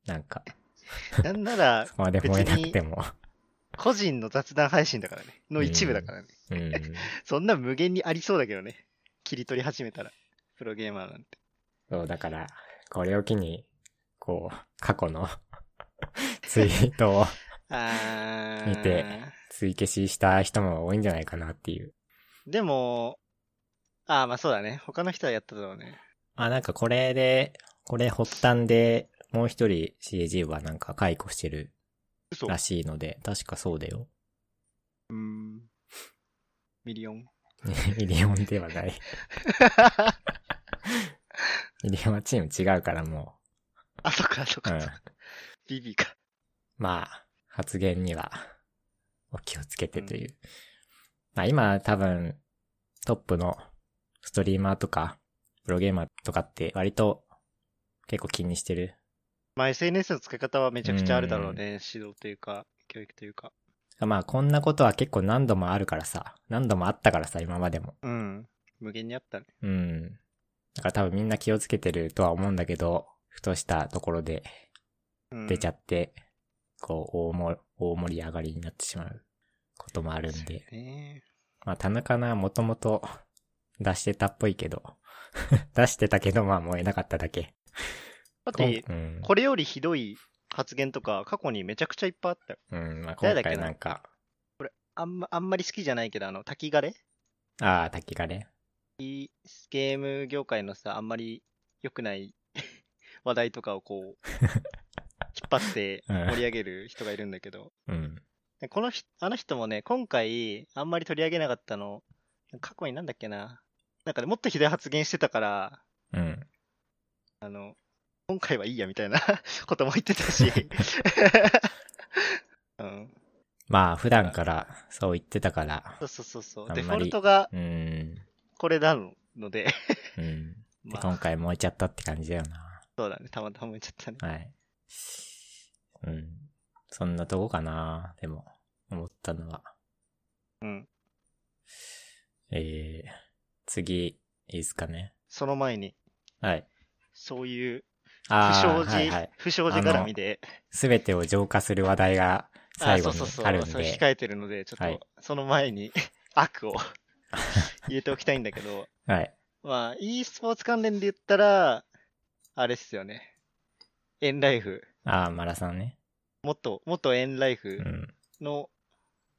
[SPEAKER 1] なんか、
[SPEAKER 2] [LAUGHS] なんなら
[SPEAKER 1] そ、こまで燃えなくても、
[SPEAKER 2] 個人の雑談配信だからね。の一部だからね。
[SPEAKER 1] うん。
[SPEAKER 2] そんな無限にありそうだけどね。切り取り始めたら。プロゲーマーなんて。
[SPEAKER 1] そう、だから、これを機に、こう、過去の [LAUGHS] ツイートを
[SPEAKER 2] あー
[SPEAKER 1] 見て追消しした人も多いんじゃないかなっていう。
[SPEAKER 2] でも、ああ、まあそうだね。他の人はやっただろうね。
[SPEAKER 1] あ、なんかこれで、これ発端で、もう一人 CAG はなんか解雇してる
[SPEAKER 2] 嘘
[SPEAKER 1] らしいので、確かそうだよ。 [LAUGHS]
[SPEAKER 2] うーん。ミリオン。
[SPEAKER 1] ミリオンでは [LAUGHS] ない。ミリオンはチーム違うからも
[SPEAKER 2] あ、そっか、そっ
[SPEAKER 1] う。う
[SPEAKER 2] か。
[SPEAKER 1] ん。
[SPEAKER 2] ビビか。
[SPEAKER 1] まあ、発言にはお気をつけてという。まあ今多分トップのストリーマーとかプロゲーマーとかって割と結構気にしてる。
[SPEAKER 2] まあ SNS の使い方はめちゃくちゃあるだろうね。指導というか、教育というか。
[SPEAKER 1] まあこんなことは結構何度もあるからさ、何度もあったからさ今までも。
[SPEAKER 2] うん。無限にあったね。
[SPEAKER 1] うん。だから多分みんな気をつけてるとは思うんだけど、ふとしたところで
[SPEAKER 2] うん、
[SPEAKER 1] 出ちゃって、こう大も大盛り上がりになってしまうこともあるんで。
[SPEAKER 2] ね
[SPEAKER 1] まあ、田中な、もともと出してたっぽいけど。 [LAUGHS] 出してたけど、まあ、燃えなかっただけ。
[SPEAKER 2] だって、
[SPEAKER 1] うん。
[SPEAKER 2] これよりひどい発言とか、過去にめちゃくちゃいっぱいあったよ。
[SPEAKER 1] うん、まあ、今
[SPEAKER 2] 誰だっけな
[SPEAKER 1] 回なんか、
[SPEAKER 2] あんま、あんまり好きじゃないけど、あの、滝枯れ
[SPEAKER 1] ああ、滝がね。
[SPEAKER 2] いゲーム業界のさ、あんまり良くない [LAUGHS] 話題とかをこう、引っ張って
[SPEAKER 1] うん
[SPEAKER 2] 盛り上げる人がいるんだけど、
[SPEAKER 1] うん。
[SPEAKER 2] でこの人、あの人もね、今回、あんまり取り上げなかったの、過去になんだっけな。なんかね、もっとひどい発言してたから、
[SPEAKER 1] うん。
[SPEAKER 2] あの、今回はいいやみたいな [LAUGHS] ことも言ってた
[SPEAKER 1] [LAUGHS]
[SPEAKER 2] し、うん。
[SPEAKER 1] まあ、普段からそう言ってたから。
[SPEAKER 2] そうそうそうそう。
[SPEAKER 1] あんま
[SPEAKER 2] デ
[SPEAKER 1] り
[SPEAKER 2] フォルトが
[SPEAKER 1] うん。
[SPEAKER 2] これな
[SPEAKER 1] [LAUGHS]
[SPEAKER 2] ので、
[SPEAKER 1] うん。で、
[SPEAKER 2] まあ
[SPEAKER 1] 今回燃えちゃったって感じだよな。
[SPEAKER 2] そうだね、たまたま言っちゃったね。
[SPEAKER 1] はい。うん。そんなとこかな、でも、思ったのは。
[SPEAKER 2] うん。
[SPEAKER 1] えー、次、いいですかね。
[SPEAKER 2] その前に、
[SPEAKER 1] はい。
[SPEAKER 2] そういう不
[SPEAKER 1] ああ、
[SPEAKER 2] 祥事、
[SPEAKER 1] はいはい。
[SPEAKER 2] 不祥事絡みで、
[SPEAKER 1] すべてを浄化する話題が最後にあるん
[SPEAKER 2] そう
[SPEAKER 1] で。
[SPEAKER 2] 控えてるので、ちょっと、
[SPEAKER 1] はい
[SPEAKER 2] その前に [LAUGHS]
[SPEAKER 1] [LAUGHS]
[SPEAKER 2] 悪を入れておきたいんだけど、
[SPEAKER 1] はい。
[SPEAKER 2] まあ、e スポーツ関連で言ったら、あれっすよね。エンライフ、
[SPEAKER 1] ああ、マラさんね。
[SPEAKER 2] 元、元エンライ
[SPEAKER 1] う
[SPEAKER 2] フ
[SPEAKER 1] ん。
[SPEAKER 2] の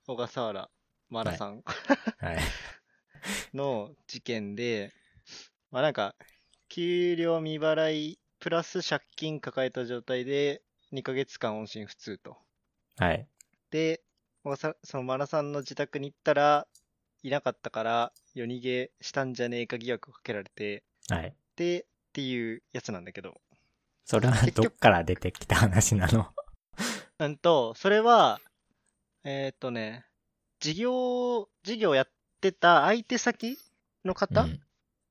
[SPEAKER 2] 小笠原マラさん
[SPEAKER 1] はい。
[SPEAKER 2] [LAUGHS] の事件で、まあなんか、給料未払いプラス借金抱えた状態で、2ヶ月間音信不通と。
[SPEAKER 1] はい。
[SPEAKER 2] で、まあさそのマラさんの自宅に行ったら、いなかったから、夜逃げしたんじゃねえか疑惑をかけられて、
[SPEAKER 1] はい。
[SPEAKER 2] で、っていうやつなんだけど。
[SPEAKER 1] それは
[SPEAKER 2] 結
[SPEAKER 1] ど
[SPEAKER 2] 局
[SPEAKER 1] っから出てきた話なの
[SPEAKER 2] うんと、それは、えーっとね、事業、事業やってた相手先の方、
[SPEAKER 1] うん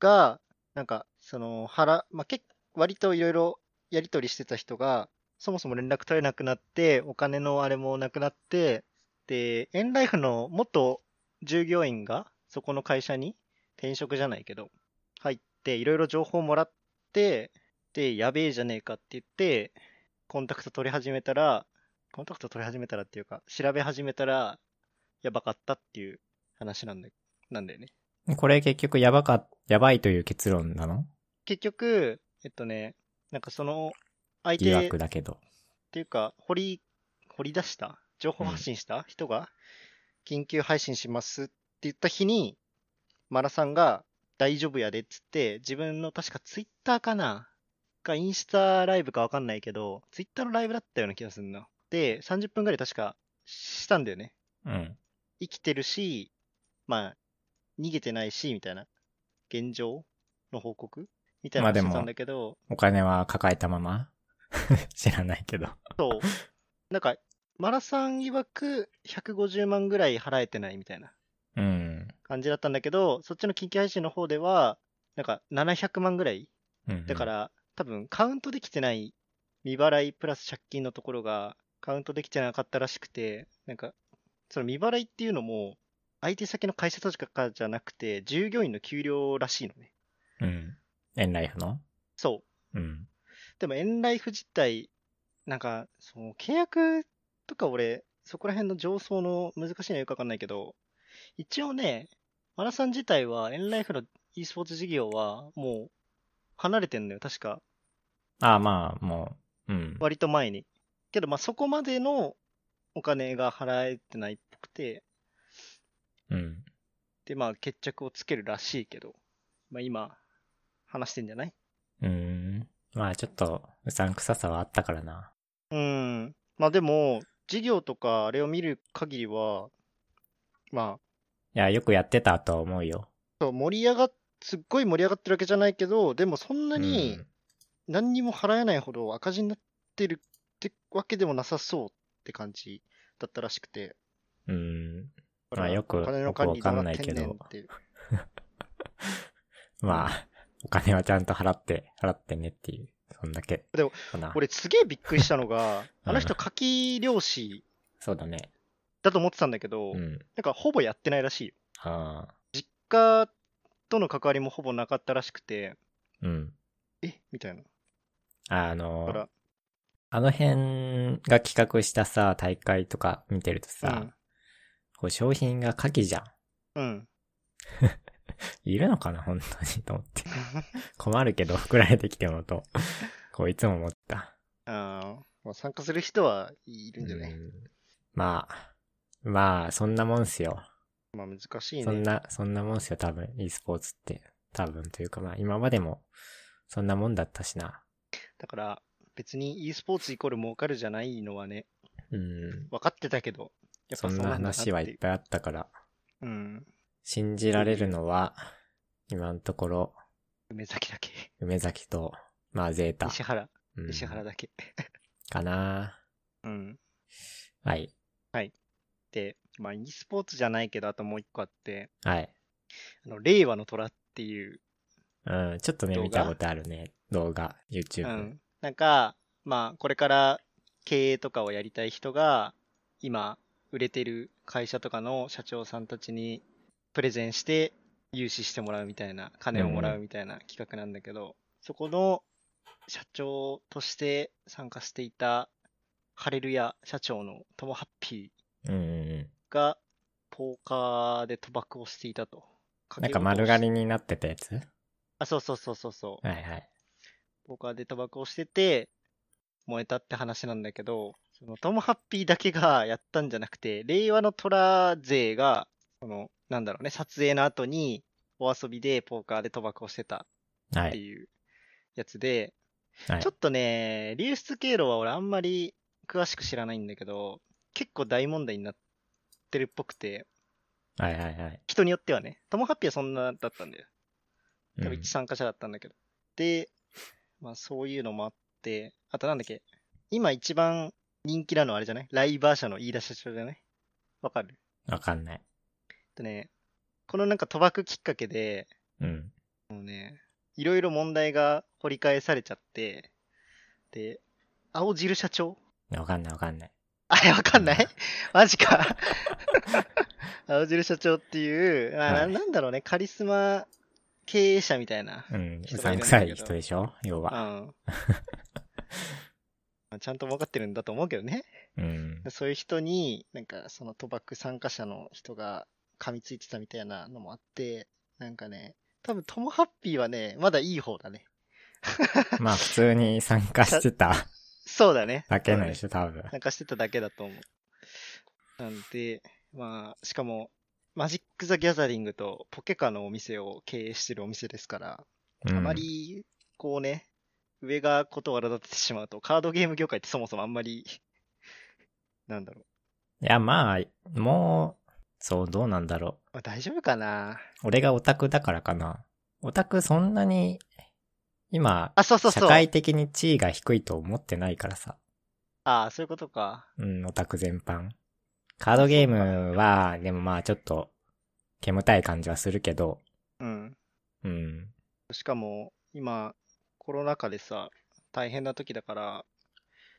[SPEAKER 2] が、なんか、その、腹、まあ、結割といろいろやり取りしてた人が、そもそも連絡取れなくなって、お金のあれもなくなって、で、エンライフの元従業員が、そこの会社に転職じゃないけど、入って、いろいろ情報もらって、で、やべえじゃねえかって言って、コンタクト取り始めたら、コンタクト取り始めたらっていうか、調べ始めたら、やばかったっていう話なんで、なんだよね。
[SPEAKER 1] これ結局やばか、やばいという結論なの
[SPEAKER 2] 結局、えっとね、なんかその、相
[SPEAKER 1] 疑
[SPEAKER 2] 手っ
[SPEAKER 1] 惑だけど。
[SPEAKER 2] ていうか、掘り、掘り出した情報発信した人が、緊急配信しますって言った日に、マラさんが、大丈夫やでっつって、自分の確かツイッターかなかインスタライブかわかんないけど、ツイッターのライブだったような気がするな。で、30分ぐらい確かしたんだよね。
[SPEAKER 1] うん。
[SPEAKER 2] 生きてるし、まあ、逃げてないし、みたいな、現状の報告みたいな
[SPEAKER 1] まあで
[SPEAKER 2] の
[SPEAKER 1] も
[SPEAKER 2] してたんだけど、
[SPEAKER 1] お金は抱えたまま [LAUGHS] 知らないけど。
[SPEAKER 2] そう。なんか、マラさん曰く150万ぐらい払えてないみたいな
[SPEAKER 1] うん。
[SPEAKER 2] 感じだったんだけど、そっちの緊急配信の方では、なんか700万ぐらい。
[SPEAKER 1] うん。
[SPEAKER 2] だか、ら、多分カウントできてない未払いプラス借金のところがカウントできてなかったらしくて、なんか、その未払いっていうのも、相手先の会社とかじゃなくて、従業員の給料らしいのね。
[SPEAKER 1] うん。エンライフの
[SPEAKER 2] そう。
[SPEAKER 1] うん。
[SPEAKER 2] でも、エンライフ自体、なんか、その契約とか俺、そこら辺の上層の難しいのはよくわかんないけど、一応ね、マラさん自体は、エンライフの e スポーツ事業は、もう、離れてんのよ、確か。
[SPEAKER 1] ああ、まあ、もう、うん。
[SPEAKER 2] 割と前に。けど、まあ、そこまでのお金が払えてないっぽくて、
[SPEAKER 1] うん。
[SPEAKER 2] で、まあ、決着をつけるらしいけど、まあ、今、話してんじゃないう
[SPEAKER 1] ーん。まあ、ちょっと、うさんくささはあったからな。
[SPEAKER 2] うん。まあ、でも、事業とか、あれを見る限りは、まあ、
[SPEAKER 1] いや、よくやってたとは思うよ。
[SPEAKER 2] そう、盛り上がっ、すっごい盛り上がってるわけじゃないけど、でもそんなに
[SPEAKER 1] うん
[SPEAKER 2] 何にも払えないほど赤字になってるってわけでもなさそうって感じだったらしくて。
[SPEAKER 1] うん。
[SPEAKER 2] だ
[SPEAKER 1] ま
[SPEAKER 2] か
[SPEAKER 1] あ
[SPEAKER 2] ら
[SPEAKER 1] よく
[SPEAKER 2] お金の管理
[SPEAKER 1] よくわかん
[SPEAKER 2] ど
[SPEAKER 1] な
[SPEAKER 2] う
[SPEAKER 1] い
[SPEAKER 2] って
[SPEAKER 1] け
[SPEAKER 2] ん
[SPEAKER 1] ど
[SPEAKER 2] ねんっていう。
[SPEAKER 1] まあ、お金はちゃんと払って、払ってねっていう。そんだけ。
[SPEAKER 2] でも
[SPEAKER 1] かな、
[SPEAKER 2] 俺すげえびっくりしたの
[SPEAKER 1] [LAUGHS]
[SPEAKER 2] が、あの人牡蠣漁師
[SPEAKER 1] そうだね。
[SPEAKER 2] だと思ってたんだけど、
[SPEAKER 1] うん。
[SPEAKER 2] なんかほぼやってないらしいよ。
[SPEAKER 1] ああ。
[SPEAKER 2] 実家との関わりもほぼなかったらしくて、
[SPEAKER 1] うん。
[SPEAKER 2] えみたいな。
[SPEAKER 1] あ
[SPEAKER 2] だか
[SPEAKER 1] の、
[SPEAKER 2] ら、
[SPEAKER 1] あの辺が企画したさ、大会とか見てるとさ、
[SPEAKER 2] うん
[SPEAKER 1] こう商品が牡蠣じゃん。
[SPEAKER 2] うん。
[SPEAKER 1] いるのかな本当にと思
[SPEAKER 2] [LAUGHS]
[SPEAKER 1] って。困るけど、送られてきてもと、こういつも思った。
[SPEAKER 2] あーまあ、参加する人はいるんじゃな
[SPEAKER 1] う
[SPEAKER 2] い
[SPEAKER 1] んまあ、まあ、そんなもんすよ。
[SPEAKER 2] まあ難しいね。
[SPEAKER 1] そんな、そんなもんすよ、多分、e スポーツって。多分というか、まあ、今までも、そんなもんだったしな。
[SPEAKER 2] だから、別に e スポーツイコール儲かるじゃないのはね、
[SPEAKER 1] うん。
[SPEAKER 2] 分かってたけど、やっ
[SPEAKER 1] そ
[SPEAKER 2] ぱ
[SPEAKER 1] ん
[SPEAKER 2] う
[SPEAKER 1] な
[SPEAKER 2] だって
[SPEAKER 1] 話
[SPEAKER 2] う
[SPEAKER 1] はいっぱいあったから、
[SPEAKER 2] うん。
[SPEAKER 1] 信じられるのは、今のところ、
[SPEAKER 2] 梅崎だけ。
[SPEAKER 1] 梅崎と、まあ、ゼータ。
[SPEAKER 2] 石原。
[SPEAKER 1] うん
[SPEAKER 2] 石原だけ。
[SPEAKER 1] かな
[SPEAKER 2] うん。
[SPEAKER 1] はい。
[SPEAKER 2] で、まあ e スポーツじゃないけど、あともう一個あって、
[SPEAKER 1] はい。
[SPEAKER 2] あの、令和の虎っていう、
[SPEAKER 1] うん、ちょっとね、
[SPEAKER 2] 動画
[SPEAKER 1] 見たことあるね。動画、
[SPEAKER 2] う
[SPEAKER 1] YouTube。
[SPEAKER 2] ん。なんか、まあこれから経営とかをやりたい人が、今、売れてる会社とかの社長さんたちにプレゼンして融資してもらうみたいな、金をもらうみたいな企画なんだけど、そこの社長として参加していたハレルヤ社長のトモハッピ
[SPEAKER 1] うんうんう
[SPEAKER 2] ーがポーカーで賭博をしていたと。
[SPEAKER 1] ん。なんか丸刈り
[SPEAKER 2] に。
[SPEAKER 1] になってたやつはい
[SPEAKER 2] あ、そうそうそうそうそう。
[SPEAKER 1] はい。
[SPEAKER 2] ポーカーで賭博をしてて、燃えたって話なんだけど、そのトム・ハッピーだけがやったんじゃなくて、令和の虎勢が、その、なんだろうね、撮影の後に、お遊びでポーカーで賭博をしてた
[SPEAKER 1] は
[SPEAKER 2] って
[SPEAKER 1] い。
[SPEAKER 2] いうやつで、
[SPEAKER 1] はい
[SPEAKER 2] ちょっとね、流出経路は俺あんまり詳しく知らないんだけど、結構大問題になってるっぽくて、
[SPEAKER 1] はいはいはい。
[SPEAKER 2] 人によってはね、トム・ハッピーはそんなだったんだよ。
[SPEAKER 1] うん
[SPEAKER 2] 多分一参加者だったんだけど。で、まあそういうのもあって、あとなんだっけ、今一番人気なのはあれじゃないライバー社の飯田社長じゃないわかる
[SPEAKER 1] わかんない。
[SPEAKER 2] でね、このなんか賭博きっかけで、
[SPEAKER 1] うん。
[SPEAKER 2] もうね、いろいろ問題が掘り返されちゃって、で、青汁社長
[SPEAKER 1] わかんないわかんない。
[SPEAKER 2] あれわかんないマジ
[SPEAKER 1] [LAUGHS]
[SPEAKER 2] か。青汁社長っていう、あ
[SPEAKER 1] はい
[SPEAKER 2] ななんだろうね、カリスマ経営者みたいな
[SPEAKER 1] うん。う
[SPEAKER 2] 人
[SPEAKER 1] さ
[SPEAKER 2] がい
[SPEAKER 1] ん
[SPEAKER 2] るん
[SPEAKER 1] く
[SPEAKER 2] だ
[SPEAKER 1] さ
[SPEAKER 2] [LAUGHS] けど
[SPEAKER 1] い人でしょ要は。
[SPEAKER 2] うんまあちゃんと分かってるんだと思うけどね。
[SPEAKER 1] うん。
[SPEAKER 2] そういう人に、なんかその賭博参加者の人が噛みついてたみたいなのもあって、なんかね、多分トモハッピーはね、まだいい方だね。
[SPEAKER 1] まあ普通に参加してた
[SPEAKER 2] [LAUGHS] そうだね。
[SPEAKER 1] だけのでしょ、多分。
[SPEAKER 2] なんかしてただけだと思う。なんで、まあ、しかも、マジック・ザ・ギャザリングとポケカのお店を経営してるお店ですから、
[SPEAKER 1] うん
[SPEAKER 2] あまり、こうね、上がことを荒立ててしまうと、カードゲーム業界ってそもそもあんまり、 [LAUGHS] なんだろう。
[SPEAKER 1] いや、まあ、もう、そう、どうなんだろ
[SPEAKER 2] まあ、大丈夫かな
[SPEAKER 1] う。俺がオタクだからかな。オタクそんなに、今、
[SPEAKER 2] あ、そうそう
[SPEAKER 1] 社
[SPEAKER 2] そう。
[SPEAKER 1] 会的に地位が低いと思ってないからさ。
[SPEAKER 2] ああ、そういうことか。
[SPEAKER 1] うん、オタク全般。カードゲームは、でもまあちょっと、煙たい感じはするけど、
[SPEAKER 2] うん。
[SPEAKER 1] うん。
[SPEAKER 2] しかも、今、コロナ禍でさ、大変な時だから、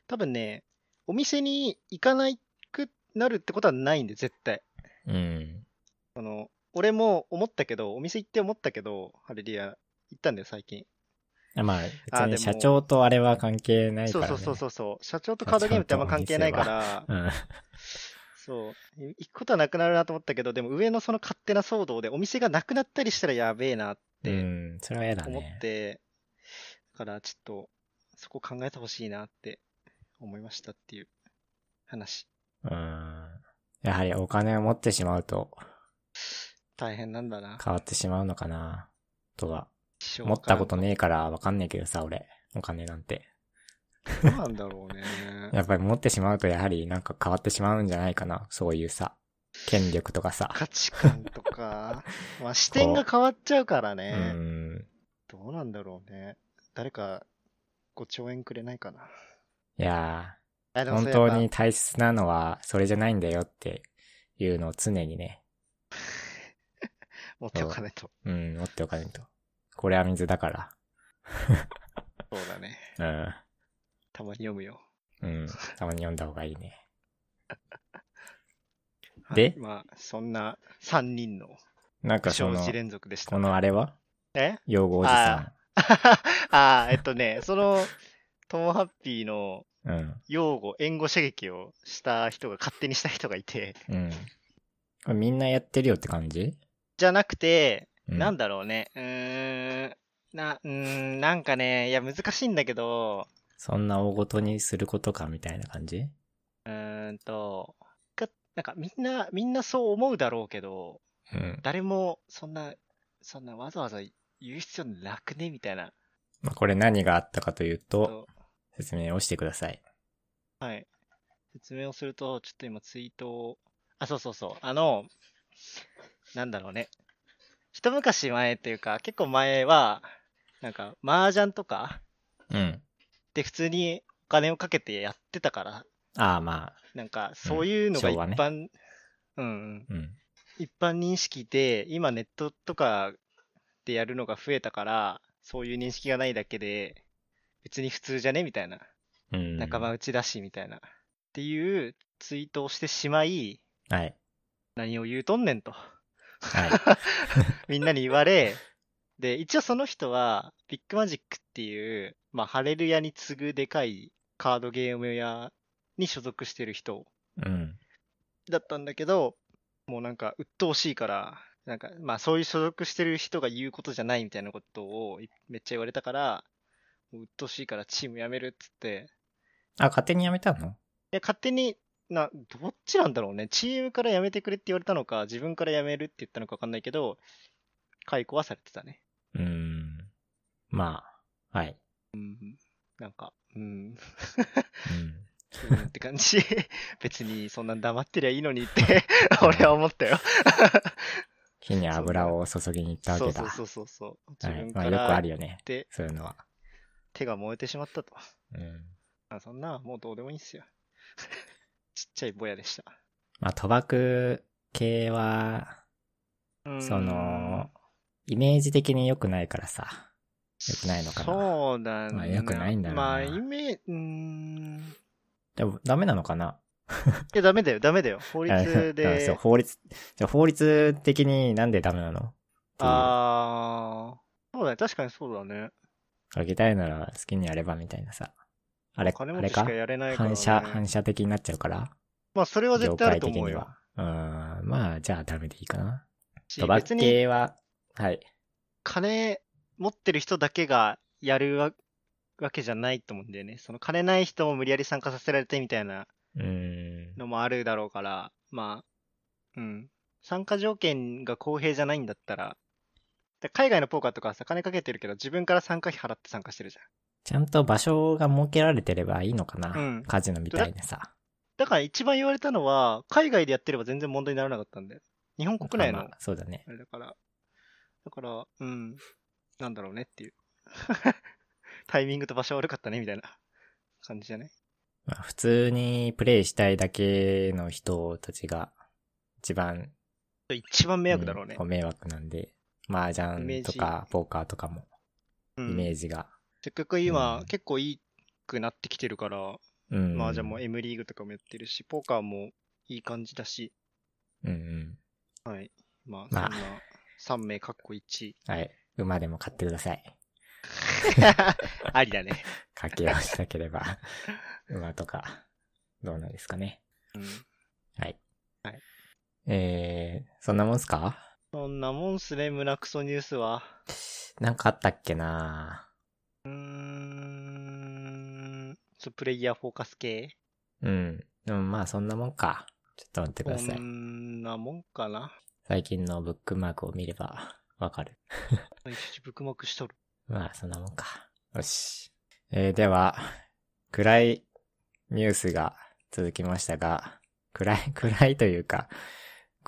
[SPEAKER 2] 多分ね、お店に行かないくなるってことはないんで、絶対。
[SPEAKER 1] うん。
[SPEAKER 2] あの、俺も思ったけど、お店行って思ったけど、ハレリア行ったんだよ、最近。
[SPEAKER 1] まあ、
[SPEAKER 2] あ
[SPEAKER 1] 別
[SPEAKER 2] で
[SPEAKER 1] に
[SPEAKER 2] も
[SPEAKER 1] 社長とあれは関係ないか
[SPEAKER 2] そう
[SPEAKER 1] ら、ね。
[SPEAKER 2] そうそうそうそう。社長とカードゲームってあんま関係ないから、
[SPEAKER 1] うん。
[SPEAKER 2] そう。行くことはなくなるなと思ったけど、でも上のその勝手な騒動でお店がなくなったりしたらやべえなっ
[SPEAKER 1] う
[SPEAKER 2] て
[SPEAKER 1] ん、それは嫌だね。
[SPEAKER 2] 思って、だからちょっと、そこ考えてほしいなって思いましたっていう話。
[SPEAKER 1] うん。やはりお金を持ってしまうと
[SPEAKER 2] 大変なんだな。
[SPEAKER 1] 変わってしまうのかな、とは。
[SPEAKER 2] 一生
[SPEAKER 1] 持ったこと
[SPEAKER 2] わ
[SPEAKER 1] ねえからわかんねえけどさ、俺。お金なんて。
[SPEAKER 2] からん。どうなんだろうね。
[SPEAKER 1] [LAUGHS] やっぱり持ってしまうとやはりなんか変わってしまうんじゃないかな。そういうさ、権力とかさ。
[SPEAKER 2] 価値観とか、まあ視点が変わっちゃうから
[SPEAKER 1] う
[SPEAKER 2] ね。
[SPEAKER 1] ん。
[SPEAKER 2] どうなんだろうね。誰か5兆円くれないかな。
[SPEAKER 1] いや
[SPEAKER 2] あ
[SPEAKER 1] ー、本当に。大切なのはそれじゃないんだよっていうのを常にね、
[SPEAKER 2] 持っておかないと。
[SPEAKER 1] うん、持っておかないと。これは水だか
[SPEAKER 2] そうだね。
[SPEAKER 1] ら。
[SPEAKER 2] たまに読むよ。
[SPEAKER 1] うん。うん。たまに読んだ方がいいね。
[SPEAKER 2] はい
[SPEAKER 1] で
[SPEAKER 2] まあ、そんな3人の
[SPEAKER 1] なんかそ
[SPEAKER 2] 生
[SPEAKER 1] の
[SPEAKER 2] じ、連続でした。
[SPEAKER 1] このあれは
[SPEAKER 2] え [LAUGHS]
[SPEAKER 1] 用語おじさ
[SPEAKER 2] あーえっとね、その、トモハッピーの
[SPEAKER 1] ん。うん。
[SPEAKER 2] 擁護、援護射撃をした人が勝手にした人がいて、
[SPEAKER 1] うん。これみんなやってるよって感じ、
[SPEAKER 2] じゃなくて、
[SPEAKER 1] う
[SPEAKER 2] なんだろうね。うーん。な、うーん、なんかね、いや、難しいんだけど、
[SPEAKER 1] そんな大ごとにすることかみたいな感じ
[SPEAKER 2] うーんと、がなんかみんな、みんなそう思うだろうけど、
[SPEAKER 1] うん。
[SPEAKER 2] 誰もそんな、そんなわざわざ言う必要なくねみたいな。
[SPEAKER 1] まあ、これ何があったかというと、
[SPEAKER 2] と
[SPEAKER 1] 説明をしてください。
[SPEAKER 2] はい。説明をすると、ちょっと今ツイートを、あ、そうそうそう、あの、なんだろうね。一昔前というか、結構前は、なんか、麻雀とか
[SPEAKER 1] うん。
[SPEAKER 2] で普通にお金をかけてやってたから、
[SPEAKER 1] ああ、まあ、
[SPEAKER 2] なんか、そういうのが
[SPEAKER 1] うん昭
[SPEAKER 2] 一
[SPEAKER 1] 和ね
[SPEAKER 2] 般、うん、うん、
[SPEAKER 1] うん。
[SPEAKER 2] 一般認識で、今ネットとかでやるのが増えたから、そういう認識がないだけで、別に普通じゃねみたいな。
[SPEAKER 1] うん。
[SPEAKER 2] 仲間内だし、みたいな。っていうツイートをしてしまい、 [LAUGHS]
[SPEAKER 1] はい。
[SPEAKER 2] 何を言うとんねんと、
[SPEAKER 1] はい。
[SPEAKER 2] みんなに言われ、で、一応その人は、ビッグマジックっていう、まあ、ハレルヤに次ぐでかいカードゲーム屋に所属してる人
[SPEAKER 1] うん。
[SPEAKER 2] だったんだけど、もうなんか鬱陶しいから、なんかまあそういう所属してる人が言うことじゃないみたいなことをいめっちゃ言われたから、もう鬱陶しいからチーム辞めるっつって、
[SPEAKER 1] あ、勝手にやめたの
[SPEAKER 2] いや勝手にな、どっちなんだろうね、チームから辞めてくれって言われたのか、自分から辞めるって言ったのか分かんないけど、解雇はされてたね。
[SPEAKER 1] うーん。まあ、はい。
[SPEAKER 2] うん。なんか、うん、
[SPEAKER 1] うん。
[SPEAKER 2] うんって感じ。 [LAUGHS] 別にそんなん黙ってりゃいいのにって、俺は思ったよ。
[SPEAKER 1] 火に油を注ぎに行ったわ
[SPEAKER 2] そう
[SPEAKER 1] けだ。
[SPEAKER 2] そう
[SPEAKER 1] は
[SPEAKER 2] そうそうそう。自
[SPEAKER 1] い。
[SPEAKER 2] 分
[SPEAKER 1] まあ、よ
[SPEAKER 2] か
[SPEAKER 1] くあ
[SPEAKER 2] ら
[SPEAKER 1] るよね。
[SPEAKER 2] で
[SPEAKER 1] そういうのは。
[SPEAKER 2] 手が燃えてしまったと。
[SPEAKER 1] うん。
[SPEAKER 2] あそんな、もうどうでもいいっすよ。 [LAUGHS] ちっちゃいぼやでした。
[SPEAKER 1] まあ、賭博系は、その、イメージ的に良くないからさ。良くないのかな。
[SPEAKER 2] そうだね。
[SPEAKER 1] まあ良くないんだろうな
[SPEAKER 2] まあ、イメージ、うーん。
[SPEAKER 1] でも、ダメなのかない
[SPEAKER 2] や、ダメだよ、ダメだよ。法
[SPEAKER 1] [LAUGHS]
[SPEAKER 2] 律
[SPEAKER 1] うんそう、
[SPEAKER 2] で。
[SPEAKER 1] 法律、じゃあ法律的になんでダメなのっていう
[SPEAKER 2] ああ、そうだね、確かにそうだね。
[SPEAKER 1] かけたいなら好きにやればみたいなさ。あれ、あ
[SPEAKER 2] 金持
[SPEAKER 1] れ
[SPEAKER 2] ちし
[SPEAKER 1] か
[SPEAKER 2] かやれないから、
[SPEAKER 1] 反
[SPEAKER 2] ね。
[SPEAKER 1] 射、反射的になっちゃうから
[SPEAKER 2] まあ、それは絶
[SPEAKER 1] 業
[SPEAKER 2] 対あ
[SPEAKER 1] 界
[SPEAKER 2] ると
[SPEAKER 1] 的
[SPEAKER 2] 思う
[SPEAKER 1] に
[SPEAKER 2] よ
[SPEAKER 1] は。。うーん、まあ、じゃあダメでいいかな。
[SPEAKER 2] し
[SPEAKER 1] 賭博
[SPEAKER 2] 別に
[SPEAKER 1] 系は、はい。
[SPEAKER 2] 金持ってる人だけがやるわわけじゃないと思うんだよね。その金ない人も無理やり参加させられてみたいな
[SPEAKER 1] うーん。
[SPEAKER 2] のもあるだろうから、まあ、うん。参加条件が公平じゃないんだったら、で海外のポーカーとかはさ、金かけてるけど、自分から参加費払って参加してるじゃん。
[SPEAKER 1] ちゃんと場所が設けられてればいいのかな。
[SPEAKER 2] うん
[SPEAKER 1] カジノみたいにさ。
[SPEAKER 2] だから一番言われたのは、海外でやってれば全然問題にならなかったんだよ。日本国内
[SPEAKER 1] まあ
[SPEAKER 2] の
[SPEAKER 1] まあそうだね。
[SPEAKER 2] あれだから。だから、うん。なんだろうねっていう。 [LAUGHS] タイミングと場所悪かったねみたいな感じじゃない
[SPEAKER 1] まあ、普通にプレイしたいだけの人たちが、一番、
[SPEAKER 2] 一番迷惑だろうね
[SPEAKER 1] ん。ご迷惑なんで、麻
[SPEAKER 2] イメー
[SPEAKER 1] 雀
[SPEAKER 2] ジ
[SPEAKER 1] とか、ポーカーとかも、
[SPEAKER 2] う
[SPEAKER 1] イ
[SPEAKER 2] ん
[SPEAKER 1] メージが。
[SPEAKER 2] せっかく今、
[SPEAKER 1] うん
[SPEAKER 2] 結構いいくなってきてるから、
[SPEAKER 1] うん。
[SPEAKER 2] まあじゃあもう M リーグとかもやってるし、ポーカーもいい感じだし、
[SPEAKER 1] うんうん。
[SPEAKER 2] はい。まあ、そん
[SPEAKER 1] まあ
[SPEAKER 2] な3名かっこ1位。
[SPEAKER 1] [LAUGHS] はい。馬でも買ってください。
[SPEAKER 2] ありだね。
[SPEAKER 1] 掛けをしたけれ
[SPEAKER 2] [LAUGHS]
[SPEAKER 1] ば、馬とか、どうなんですかね。
[SPEAKER 2] うん。
[SPEAKER 1] はい。
[SPEAKER 2] はい。
[SPEAKER 1] えー、そんなもんすか
[SPEAKER 2] そんなもんすね、胸クソニュースは。
[SPEAKER 1] なんかあったっけな
[SPEAKER 2] うーん。そうプレイヤーフォーカス系
[SPEAKER 1] うん。でもまあそんなもんか。ちょっと待ってく
[SPEAKER 2] こ
[SPEAKER 1] ださい。
[SPEAKER 2] んなもんかな。
[SPEAKER 1] 最近のブックマークを見ればわかる。
[SPEAKER 2] 一日ブックマークしとる。
[SPEAKER 1] まあそんなもんか。よし。えー、では、暗いニュースが続きましたが、暗い、 [LAUGHS] 暗いというか、
[SPEAKER 2] あ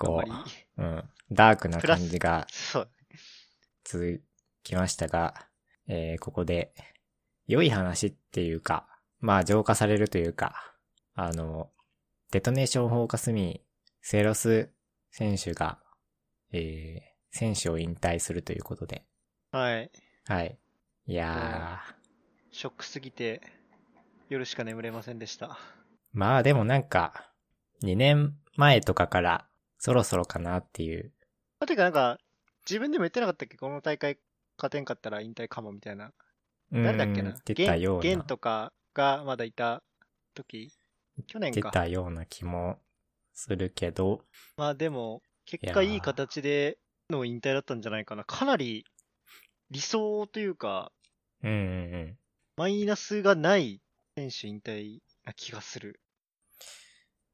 [SPEAKER 2] ん
[SPEAKER 1] こ
[SPEAKER 2] まり。 [LAUGHS]
[SPEAKER 1] う、うん、ダークな
[SPEAKER 2] プラ
[SPEAKER 1] 感
[SPEAKER 2] ス
[SPEAKER 1] じが
[SPEAKER 2] そう。
[SPEAKER 1] 続きましたが、えーここで、良い話っていうか、まあ浄化されるというか、あの、デトネーションフォーカスミー、セロス選手が、えー選手を引退するということで、
[SPEAKER 2] はい。
[SPEAKER 1] はい。いやー、
[SPEAKER 2] ショックすぎて、夜しか眠れませんでした。
[SPEAKER 1] まあでもなんか、2年前とかから、そろそろかなっていう、
[SPEAKER 2] あてか、なんか、自分でも言ってなかったっけこの大会勝てんかったら引退かもみたいな。誰だっけ
[SPEAKER 1] う
[SPEAKER 2] なん
[SPEAKER 1] 言ってたような。
[SPEAKER 2] ゲンゲンとかがまだいた時去年
[SPEAKER 1] 出
[SPEAKER 2] か。
[SPEAKER 1] たような気もするけど、
[SPEAKER 2] まあでも、結
[SPEAKER 1] い
[SPEAKER 2] 果
[SPEAKER 1] やー
[SPEAKER 2] いい形での引退だったんじゃないかな。かなり理想というか、
[SPEAKER 1] うんうんうん。
[SPEAKER 2] マイナスがない選手引退な気がする。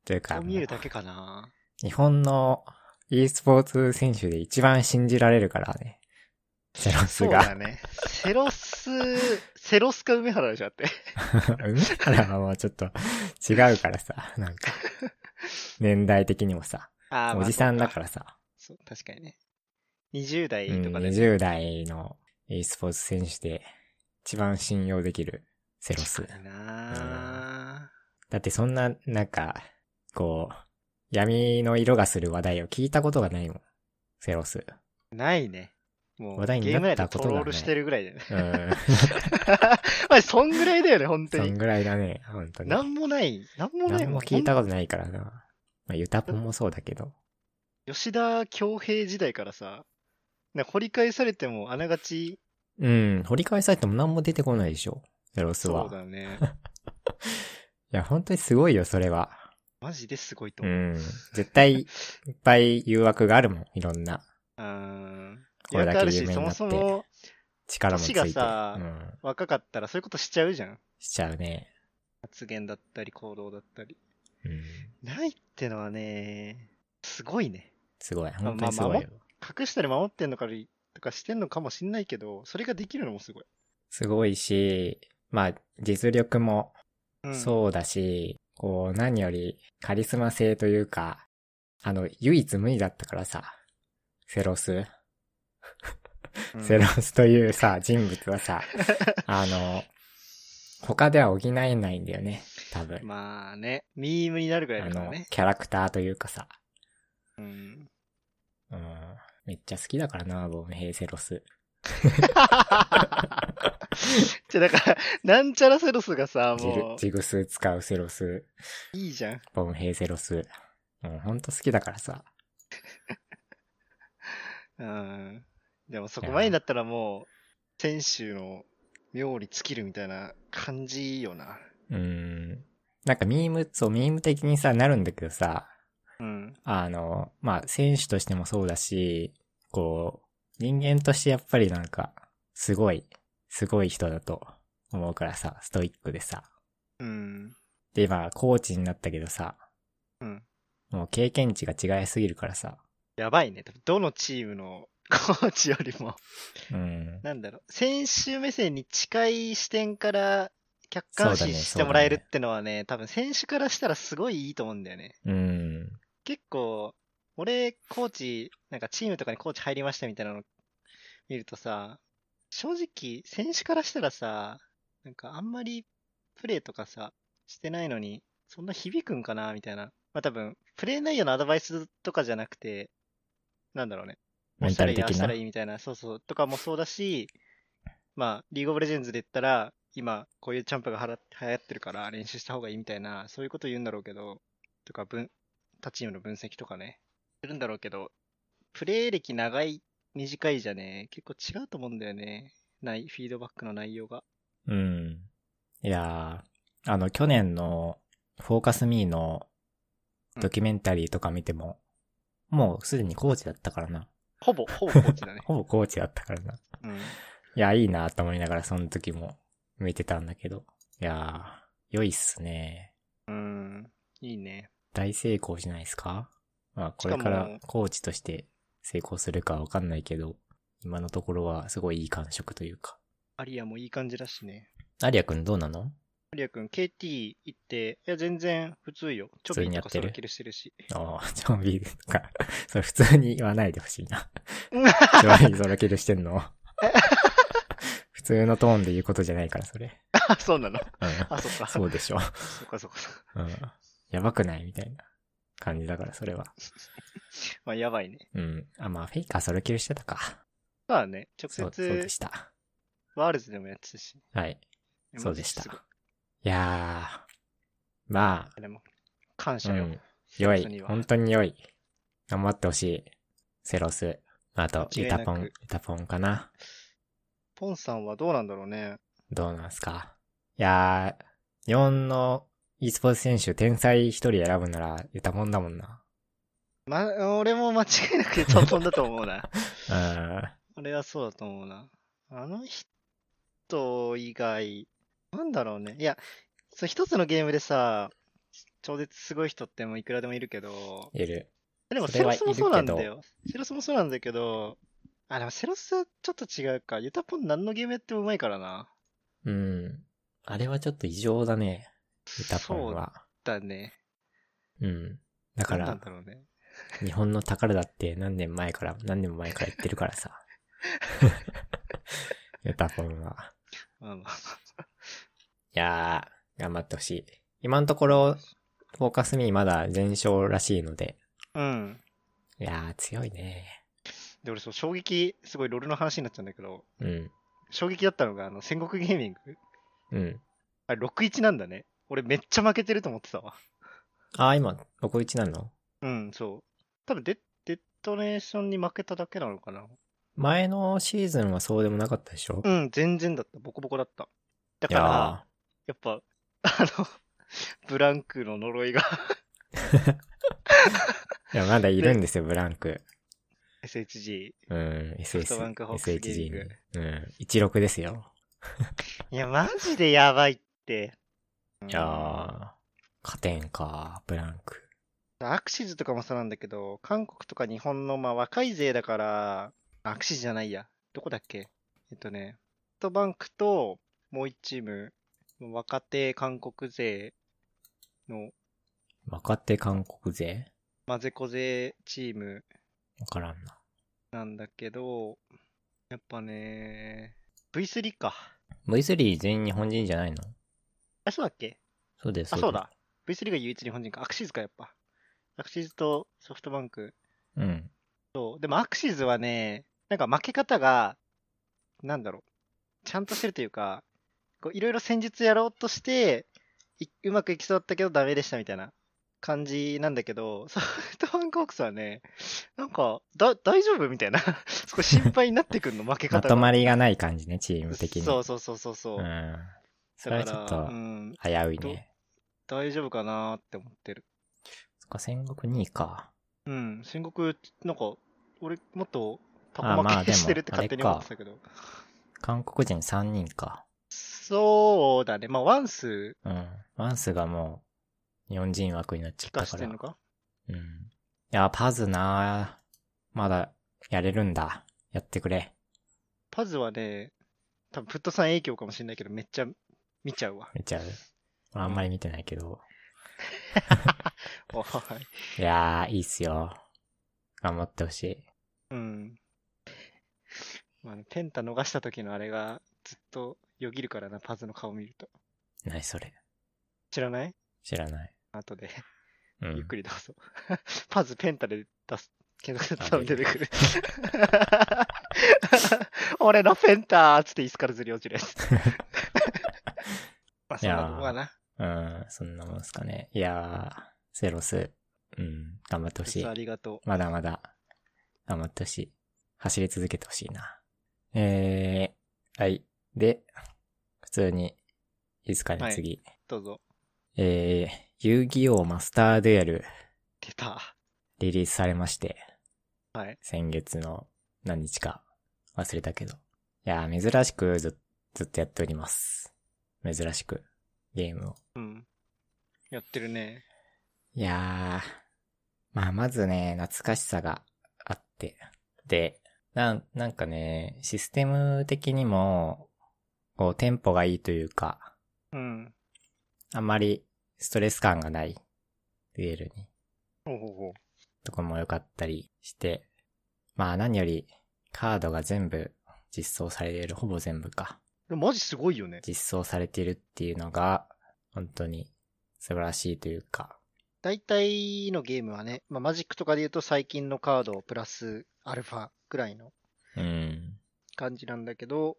[SPEAKER 1] というか
[SPEAKER 2] そう、見えるだけかな。
[SPEAKER 1] 日本の e スポーツ選手で一番信じられるからね。 [LAUGHS] セロス
[SPEAKER 2] そう
[SPEAKER 1] が
[SPEAKER 2] だ。ね。セロ
[SPEAKER 1] [LAUGHS]
[SPEAKER 2] ス、セロスか梅原でしょだって。
[SPEAKER 1] 梅原はもうちょっと違うからさ、なん
[SPEAKER 2] [LAUGHS]
[SPEAKER 1] か。年代的にもさ、
[SPEAKER 2] あー
[SPEAKER 1] おじさんだ
[SPEAKER 2] ら。
[SPEAKER 1] からさ、
[SPEAKER 2] そう、確かにね。20代
[SPEAKER 1] うん、
[SPEAKER 2] とかで、
[SPEAKER 1] 20代の e スポーツ選手で一番信用できるセロス
[SPEAKER 2] 確。かにな
[SPEAKER 1] だってそんな、なんか、こう、闇の色がする話題を聞いたことがないもん。セロス。
[SPEAKER 2] ーないね。もう、
[SPEAKER 1] 話題
[SPEAKER 2] ゲ
[SPEAKER 1] に
[SPEAKER 2] ーム
[SPEAKER 1] な
[SPEAKER 2] 内
[SPEAKER 1] った
[SPEAKER 2] で
[SPEAKER 1] こ
[SPEAKER 2] ト
[SPEAKER 1] とが
[SPEAKER 2] ロ
[SPEAKER 1] ない
[SPEAKER 2] ールしてるぐらいだよね。 [LAUGHS]
[SPEAKER 1] うん。
[SPEAKER 2] まあ、そんぐらいだよね、本当
[SPEAKER 1] そん
[SPEAKER 2] に。
[SPEAKER 1] ぐらいだね、本当に。
[SPEAKER 2] なんもない。なんもない
[SPEAKER 1] 何
[SPEAKER 2] もん
[SPEAKER 1] も聞いたことないからな。まあ、ユタポンもそうだけど。
[SPEAKER 2] 吉田恭平時代からさ、なんか掘り返されてもあながち、
[SPEAKER 1] うん、掘り返されても何も出てこないでしょ。ゼロス
[SPEAKER 2] そ
[SPEAKER 1] は。
[SPEAKER 2] う
[SPEAKER 1] い
[SPEAKER 2] だね。
[SPEAKER 1] [LAUGHS] や、本当にすごいよ、それは。
[SPEAKER 2] マジですごいと
[SPEAKER 1] う
[SPEAKER 2] 思う。
[SPEAKER 1] ん。絶対、いっぱい誘惑があるもん、いろんな。
[SPEAKER 2] うーん。
[SPEAKER 1] これだけ
[SPEAKER 2] る
[SPEAKER 1] 有
[SPEAKER 2] し、
[SPEAKER 1] 名
[SPEAKER 2] そ
[SPEAKER 1] にな
[SPEAKER 2] も
[SPEAKER 1] って
[SPEAKER 2] そも
[SPEAKER 1] 力もついて。
[SPEAKER 2] 年がさ
[SPEAKER 1] うん。
[SPEAKER 2] 若かったらそういうことしちゃうじゃん。
[SPEAKER 1] しちゃうね。
[SPEAKER 2] 発言だったり行動だったり。
[SPEAKER 1] うん。
[SPEAKER 2] ないってのはね、すごいね。
[SPEAKER 1] すごい、本当にすごいよ。
[SPEAKER 2] 隠したり守ってんのかりとかしてんのかもしんないけど、それができるのもすごい。
[SPEAKER 1] すごいし、まあ、実力も
[SPEAKER 2] うん、
[SPEAKER 1] そうだし、こう、何よりカリスマ性というか、あの、唯一無二だったからさ、セロス。
[SPEAKER 2] うん
[SPEAKER 1] セロスという
[SPEAKER 2] [LAUGHS]
[SPEAKER 1] さ、人物はさ、あの、他では補えないんだよね、多分。
[SPEAKER 2] まあね、ミームになるぐらい
[SPEAKER 1] あ
[SPEAKER 2] だから
[SPEAKER 1] の
[SPEAKER 2] ね、。
[SPEAKER 1] キャラクターというかさ、
[SPEAKER 2] うん、
[SPEAKER 1] うん、めっちゃ好きだからな、ボムヘイセロス。
[SPEAKER 2] じゃだから、なんちゃらセロスがさ、
[SPEAKER 1] ジル
[SPEAKER 2] も
[SPEAKER 1] ジグス使うセロス、
[SPEAKER 2] う、いいじゃん。
[SPEAKER 1] ボムヘイセロス。うん、ほんと好きだからさ。
[SPEAKER 2] うん。でもそこまでになったらもう、選手の妙に尽きるみたいな感じよな。
[SPEAKER 1] うーん。なんかミーム、そう、ミーム的にさ、なるんだけどさ、
[SPEAKER 2] うん。
[SPEAKER 1] あの、まあ、選手としてもそうだし、こう、人間としてやっぱりなんか、すごい、すごい人だと思うからさ、ストイックでさ。
[SPEAKER 2] うん。
[SPEAKER 1] で、今、コーチになったけどさ、
[SPEAKER 2] うん。
[SPEAKER 1] もう経験値が違いすぎるからさ、
[SPEAKER 2] やばいね。どのチームの [LAUGHS] コーチよりも、
[SPEAKER 1] うん。
[SPEAKER 2] なんだろう、選手目線に近い視点から客
[SPEAKER 1] そ
[SPEAKER 2] 観
[SPEAKER 1] うだね
[SPEAKER 2] 視してもらえるってのはね、多分選手からしたらすごいいいと思うんだよね。
[SPEAKER 1] うん。
[SPEAKER 2] 結構、俺、コーチ、なんかチームとかにコーチ入りましたみたいなの見るとさ、正直、選手からしたらさ、なんかあんまりプレーとかさ、してないのに、そんな響くんかなみたいな。まあ多分、プレー内容のアドバイスとかじゃなくて、なんだろうね。
[SPEAKER 1] メンタル
[SPEAKER 2] ああ
[SPEAKER 1] 的
[SPEAKER 2] した
[SPEAKER 1] な
[SPEAKER 2] ら。いいみたいな、そうそう、とかもそうだし、まあ、リーグオブレジェンズで言ったら、今、こういうチャンプがはら流行ってるから練習した方がいいみたいな、そういうこと言うんだろうけど、とか、分、他チームの分析とかね、するんだろうけど、プレー歴長い、短いじゃね、結構違うと思うんだよね。ない、フィードバックの内容が。
[SPEAKER 1] うん。いやー、あの、去年の、フォーカスミーの、ドキュメンタリーとか見ても、もうすでにコーチだったからな。。
[SPEAKER 2] ほぼ、ほぼコーチだね
[SPEAKER 1] ほぼコーチだったからな。
[SPEAKER 2] うん。
[SPEAKER 1] いや、いいなと思いながら、その時も見てたんだけど。いやー、良いっすね。
[SPEAKER 2] うん、いいね。
[SPEAKER 1] 大成功じゃないですかまあ、これか
[SPEAKER 2] しからも
[SPEAKER 1] コーチとして成功するかわかんないけど、今のところはすごいいい感触というか。
[SPEAKER 2] アリアもいい感じだしね。
[SPEAKER 1] アリアくんどうなの
[SPEAKER 2] マリア君、KT 行って、いや、全然普通よ。ちょびっとかソロキルしてるし。
[SPEAKER 1] ああ、ジョンビーとか。 [LAUGHS] それ普通に言わないでほしい
[SPEAKER 2] [LAUGHS]
[SPEAKER 1] な。
[SPEAKER 2] うん
[SPEAKER 1] ジョンビーゾロキルしてんの普通のトーンで言うことじゃないから、それ。
[SPEAKER 2] あ、そうな
[SPEAKER 1] う
[SPEAKER 2] の。
[SPEAKER 1] ん、
[SPEAKER 2] あ、そっか。そ
[SPEAKER 1] そううでしょ。
[SPEAKER 2] か、そうか。そうか
[SPEAKER 1] うん。やばくないみたいな感じだから、それは。
[SPEAKER 2] まあ、やばいね。
[SPEAKER 1] うん。あ、まあ、フェイカーソロキルしてたか。
[SPEAKER 2] まあね、直
[SPEAKER 1] そう、そう
[SPEAKER 2] 接
[SPEAKER 1] で、した。
[SPEAKER 2] ワールズでもやってたし。
[SPEAKER 1] はい。そうでした。
[SPEAKER 2] マジすごい
[SPEAKER 1] いやー。ま
[SPEAKER 2] でも、感
[SPEAKER 1] あ、う
[SPEAKER 2] 謝よ。
[SPEAKER 1] ん。良
[SPEAKER 2] 本当に
[SPEAKER 1] い。
[SPEAKER 2] は
[SPEAKER 1] 本当に良い。頑張ってほしい。セロス。あと、
[SPEAKER 2] 間違
[SPEAKER 1] ユ
[SPEAKER 2] いな
[SPEAKER 1] タ
[SPEAKER 2] く
[SPEAKER 1] ポン、ユタポンかな。
[SPEAKER 2] ポンさんはどうなんだろうね。
[SPEAKER 1] どうなんすか。いやー、日本の e スポーツ選手、天才一人選ぶなら、ユタポンだもんな。
[SPEAKER 2] ま、俺も間違い
[SPEAKER 1] [LAUGHS]
[SPEAKER 2] なくトントンだと思うな。
[SPEAKER 1] うん。
[SPEAKER 2] 俺はそうだと思うな。あの人以外、なんだろうね。いや、そう一つのゲームでさ、超絶すごい人ってもういくらでもいるけど、
[SPEAKER 1] いる。
[SPEAKER 2] でも
[SPEAKER 1] そ
[SPEAKER 2] セ
[SPEAKER 1] れ
[SPEAKER 2] ロ
[SPEAKER 1] はい
[SPEAKER 2] スもそうなん
[SPEAKER 1] る
[SPEAKER 2] だ
[SPEAKER 1] け
[SPEAKER 2] よ。セロスもそうなんだけど、あ、でもセロスはちょっと違うか。ユタポン何のゲームやってもうまいからな。
[SPEAKER 1] うん。あれはちょっと異常だね。ユタポンは。
[SPEAKER 2] だね。
[SPEAKER 1] うん。だか
[SPEAKER 2] な
[SPEAKER 1] ら
[SPEAKER 2] ん、だろうね。
[SPEAKER 1] 日本の宝だって何年前から、何年も前から言ってるから
[SPEAKER 2] [LAUGHS]
[SPEAKER 1] さ。ユタポンは。
[SPEAKER 2] まあまあ [LAUGHS]
[SPEAKER 1] いやー、頑張ってほしい。今のところ、フォーカスミーまだ全勝らしいので。
[SPEAKER 2] まあ。うん。
[SPEAKER 1] いやー、強いね。
[SPEAKER 2] で、俺そう、衝撃、すごいロールの話になっちゃうんだけど、
[SPEAKER 1] うん。
[SPEAKER 2] 衝撃だったのが、あの、戦国ゲーミング
[SPEAKER 1] うん。
[SPEAKER 2] あれ、6-1なんだね。俺めっちゃ負けてると思ってたわ。
[SPEAKER 1] あー、今、ここ1なの
[SPEAKER 2] うん、そう。多分デ、デットネーションに負けただけなのかな。
[SPEAKER 1] 前のシーズンはそうでもなかったでしょ
[SPEAKER 2] う
[SPEAKER 1] い
[SPEAKER 2] ん、全然だった。ボコボコだった。だから、
[SPEAKER 1] や
[SPEAKER 2] やっぱ、あの、ブランクの呪いが [LAUGHS]
[SPEAKER 1] ー、いやまだいるんですよ、ブランク。
[SPEAKER 2] SHG。
[SPEAKER 1] うん、SS、
[SPEAKER 2] ソフトバンクホークスゲー
[SPEAKER 1] SHG
[SPEAKER 2] ミング
[SPEAKER 1] に。うん、16ですよ。
[SPEAKER 2] いや、マジでやばいって。
[SPEAKER 1] いやー、勝てんか、ブランク。
[SPEAKER 2] うんアクシズとかもそうなんだけど、韓国とか日本の、まあ、若い勢だから、アクシズじゃないや。どこだっけえっとね、ソフトバンクと、もう一チーム、若手韓国勢の、
[SPEAKER 1] 若手韓国勢
[SPEAKER 2] まぜこ勢チーム
[SPEAKER 1] わからんな。
[SPEAKER 2] なんだけど、やっぱね、V3 か。
[SPEAKER 1] V3 全員日本人じゃないの
[SPEAKER 2] あ、そうだっけ
[SPEAKER 1] そうです。
[SPEAKER 2] あ、そうだ。V3 が唯一日本人か。アクシーズか、やっぱ。アクシーズとソフトバンク。
[SPEAKER 1] です。うん。
[SPEAKER 2] そう。でもアクシーズはね、なんか負け方が、なんだろう。ちゃんとしてるというか、こういろいろ戦術やろうとして、いうまくいきそうだったけどダメでしたみたいな感じなんだけど、ソフ [LAUGHS] トバンクホークスはね、なんか、だ、大丈夫みたいな。 [LAUGHS] 少し心配になってくんの、負け
[SPEAKER 1] ま
[SPEAKER 2] 方が。
[SPEAKER 1] とまりがない感じね、チーム的に。
[SPEAKER 2] そうそうそうそうそう。
[SPEAKER 1] うん。それは
[SPEAKER 2] だから
[SPEAKER 1] ちょっと
[SPEAKER 2] うん、
[SPEAKER 1] 危ういね。
[SPEAKER 2] 大丈夫かなーって思ってる。
[SPEAKER 1] そっか、戦国2位か。
[SPEAKER 2] うん、戦国、なんか、俺、もっと、タ
[SPEAKER 1] あ
[SPEAKER 2] コ
[SPEAKER 1] まあで
[SPEAKER 2] 負
[SPEAKER 1] も
[SPEAKER 2] けしてるって勝手に思ってたけど。
[SPEAKER 1] 韓国人3人か。
[SPEAKER 2] そうだね。まあ、ワンス
[SPEAKER 1] うん。ワンスがもう、日本人枠になっちゃっ
[SPEAKER 2] 化
[SPEAKER 1] た
[SPEAKER 2] し
[SPEAKER 1] か
[SPEAKER 2] て
[SPEAKER 1] ら。
[SPEAKER 2] んのか
[SPEAKER 1] うん。いや、パズなまだ、やれるんだ。やってくれ。
[SPEAKER 2] パズはね、多分フットさん影響かもしれないけど、めっちゃ見ちゃうわ。
[SPEAKER 1] 見ちゃう。俺あんまり見てないけど。
[SPEAKER 2] おい。
[SPEAKER 1] いやー、いいっすよ。頑張ってほしい。
[SPEAKER 2] うん。まあね、ペンタ逃した時のあれが、ずっとよぎるからな、パズの顔見ると。
[SPEAKER 1] 何それ。
[SPEAKER 2] 知らない
[SPEAKER 1] 知らない。
[SPEAKER 2] 後で、
[SPEAKER 1] うん。
[SPEAKER 2] ゆっくり出そう。 [LAUGHS] パズペンタで出す。検索したら
[SPEAKER 1] あ
[SPEAKER 2] 出
[SPEAKER 1] 出
[SPEAKER 2] て
[SPEAKER 1] て
[SPEAKER 2] くる。 [LAUGHS] 俺のペンターっつって椅子からずり落ち
[SPEAKER 1] [LAUGHS]
[SPEAKER 2] るやつ。まあ、そんなとこかな。
[SPEAKER 1] うん、そんなもんすかね。いやー、セロス、うん、頑張ってほしい
[SPEAKER 2] 靴あ。りがとう。
[SPEAKER 1] まだまだ、頑張ってほしい。走り続けてほしいな。えー、はい。で、普通に、いいですかね、
[SPEAKER 2] はい
[SPEAKER 1] 次。
[SPEAKER 2] どうぞ。
[SPEAKER 1] えー、遊戯王マスターデュエル、
[SPEAKER 2] 出た。 [LAUGHS]
[SPEAKER 1] リリースされまして、
[SPEAKER 2] はい。
[SPEAKER 1] 先月の何日か、忘れたけど。いやー、珍しくず、ずっとやっております。珍しく、ゲームを。
[SPEAKER 2] うん。やってるね。
[SPEAKER 1] いやー、まあ、まずね、懐かしさがあって。で、なん、なんかね、システム的にも、こう、テンポがいいというか、
[SPEAKER 2] うん。
[SPEAKER 1] あんまりストレス感がない、デュエルに、
[SPEAKER 2] ほうほうほう。
[SPEAKER 1] とこも良かったりして、まあ、何より、カードが全部実装されている、ほぼ全部か、
[SPEAKER 2] でもマジすごいよね。
[SPEAKER 1] 実装されているっていうのが、本当に素晴らしいというか、
[SPEAKER 2] 大体のゲームはね、まあ、マジックとかで言うと最近のカードプラスアルファくらいの
[SPEAKER 1] うん、
[SPEAKER 2] 感じなんだけど、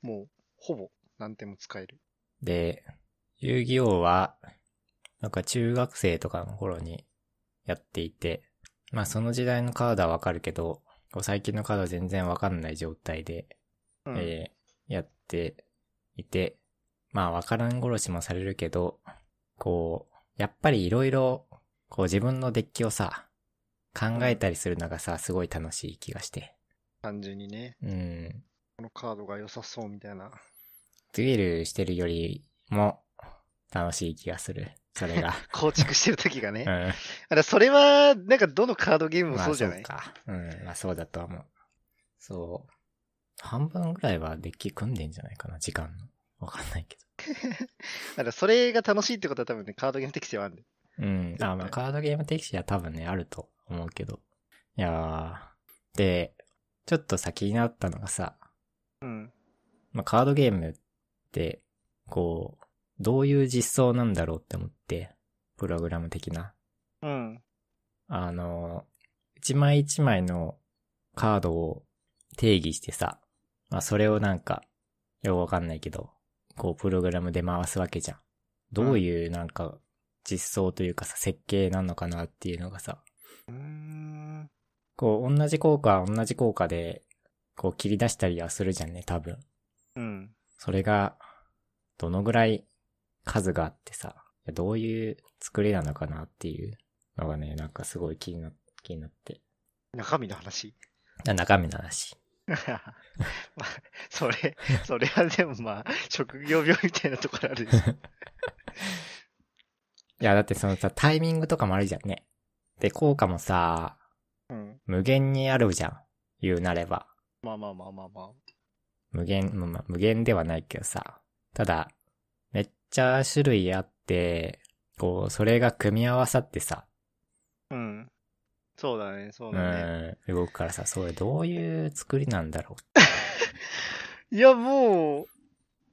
[SPEAKER 2] もうほぼ何点も使える。
[SPEAKER 1] で、遊戯王は、なんか中学生とかの頃にやっていて、まあその時代のカードはわかるけど、こう最近のカードは全然わかんない状態で、
[SPEAKER 2] うん。
[SPEAKER 1] えーやっていて、まあわからん殺しもされるけど、こう、やっぱりいろいろ、こう自分のデッキをさ、考えたりするのがさ、すごい楽しい気がして。
[SPEAKER 2] 単純にね、
[SPEAKER 1] うん。
[SPEAKER 2] このカードが良さそうみたいな。
[SPEAKER 1] デュエルしてるよりも楽しい気がする。それが。
[SPEAKER 2] [LAUGHS] 構築してる時 [LAUGHS] がね。
[SPEAKER 1] うん。
[SPEAKER 2] あらそれは、なんかどのカードゲームもそうじゃない、
[SPEAKER 1] まあ、そうか。うん。まあそうだと思う。そう。半分ぐらいはデッキ組んでんじゃないかな、時間の。わかんないけ
[SPEAKER 2] あらそれが楽しいってことは多分ね、カードゲーム適性はあるんで。
[SPEAKER 1] ど。うん。あ、まあカードゲーム適性は多分ね、あると思うけど。いやー。で、ちょっとさ、気になったのがさ、
[SPEAKER 2] うん。
[SPEAKER 1] まあカードゲームって、こう、どういう実装なんだろうって思って、プログラム的な。
[SPEAKER 2] うん。
[SPEAKER 1] あの、一枚一枚のカードを定義してさ、まあそれをなんか、よくわかんないけど、こうプログラムで回すわけじゃん。どういうなんか実装というかさ、設計なのかなっていうのがさ、
[SPEAKER 2] うーん。
[SPEAKER 1] こう同じ効果は同じ効果で、こう切り出したりはするじゃんね、多分。
[SPEAKER 2] うん。
[SPEAKER 1] それが、どのぐらい数があってさ、どういう作りなのかなっていうのがね、なんかすごい気にな、気になって。
[SPEAKER 2] 中身の話。
[SPEAKER 1] な中身の話。
[SPEAKER 2] [LAUGHS] まあ、それ、それはでもまあ、職業病みたいなところあるでし
[SPEAKER 1] [LAUGHS]
[SPEAKER 2] ょ。
[SPEAKER 1] いや、だってそのさ、タイミングとかもあるじゃんね。で、効果もさ、
[SPEAKER 2] うん。
[SPEAKER 1] 無限にあるじゃん。言うなれば。
[SPEAKER 2] まあまあまあまあまあ。
[SPEAKER 1] 無限、まあまあ無限ではないけどさ。ただ、めっちゃ種類あって、こう、それが組み合わさってさ、
[SPEAKER 2] うん。そうだね、そう
[SPEAKER 1] う
[SPEAKER 2] だね。
[SPEAKER 1] ん、動くからさ、それどういう作りなんだろ
[SPEAKER 2] いや、もう、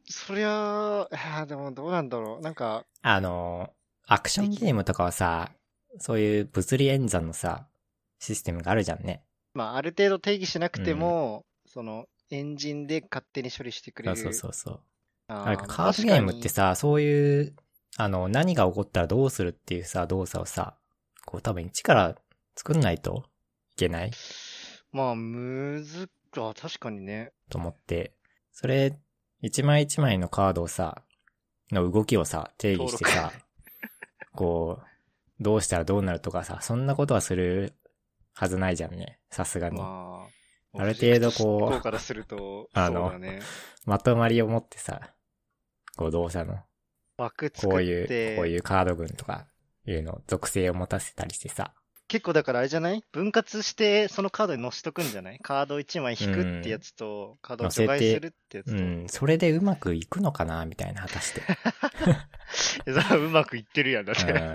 [SPEAKER 2] そりゃあ、あーでもどうなんだろう。なんか、
[SPEAKER 1] う。あの、アクションゲームとかはさ、そういう物理演算のさ、システムがあるじゃんね。
[SPEAKER 2] まあ、ある程度定義しなくても、その、エンジンで勝手に処理してくれ
[SPEAKER 1] そう
[SPEAKER 2] る。
[SPEAKER 1] そうそうそう。
[SPEAKER 2] あ
[SPEAKER 1] なんかカードゲームって、さ、そういう、あの、何が起こったらどうするっていうさ、動作をさ、こう多分一から作んないといけない
[SPEAKER 2] 確かにまあ、むずあ、確かにね。
[SPEAKER 1] と思って、それ、一枚一枚のカードをさ、の動きをさ、定義してさ、 [LAUGHS] こう、どうしたらどうなるとかさ、そんなことはするはずないじゃんね。さすがに。
[SPEAKER 2] まあ、
[SPEAKER 1] ある程度こう
[SPEAKER 2] オブジェクト思考からすると、
[SPEAKER 1] あ
[SPEAKER 2] あ
[SPEAKER 1] の
[SPEAKER 2] の、そうだね。
[SPEAKER 1] まとまりを持ってさ、こう動作の、
[SPEAKER 2] 枠作って、
[SPEAKER 1] こういう、こういうカード群とかいうの、属性を持たせたりしてさ。
[SPEAKER 2] 結構だからあれじゃない分割して、そのカードに載せとくんじゃないカード1枚引くってやつと、カードを除外するってやつ
[SPEAKER 1] う
[SPEAKER 2] と。
[SPEAKER 1] ん、それでうまくいくのかなみたいな、果た
[SPEAKER 2] [LAUGHS]
[SPEAKER 1] して。
[SPEAKER 2] えそれはうまくいってるやん、だっ
[SPEAKER 1] うん
[SPEAKER 2] て。
[SPEAKER 1] いや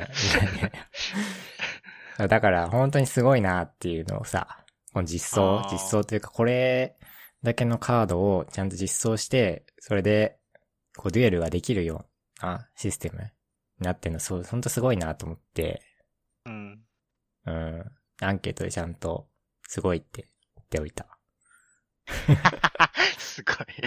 [SPEAKER 1] ねだから、本当にすごいなっていうのをさ、この実装
[SPEAKER 2] あ、ー
[SPEAKER 1] 実装というか、これだけのカードをちゃんと実装して、それで、こう、デュエルができるようなシステムになってるの、そう、本当すごいなと思って、
[SPEAKER 2] うん。 [LAUGHS]
[SPEAKER 1] うん、アンケートでちゃんと、すごいって言っておいた。
[SPEAKER 2] すごい。
[SPEAKER 1] う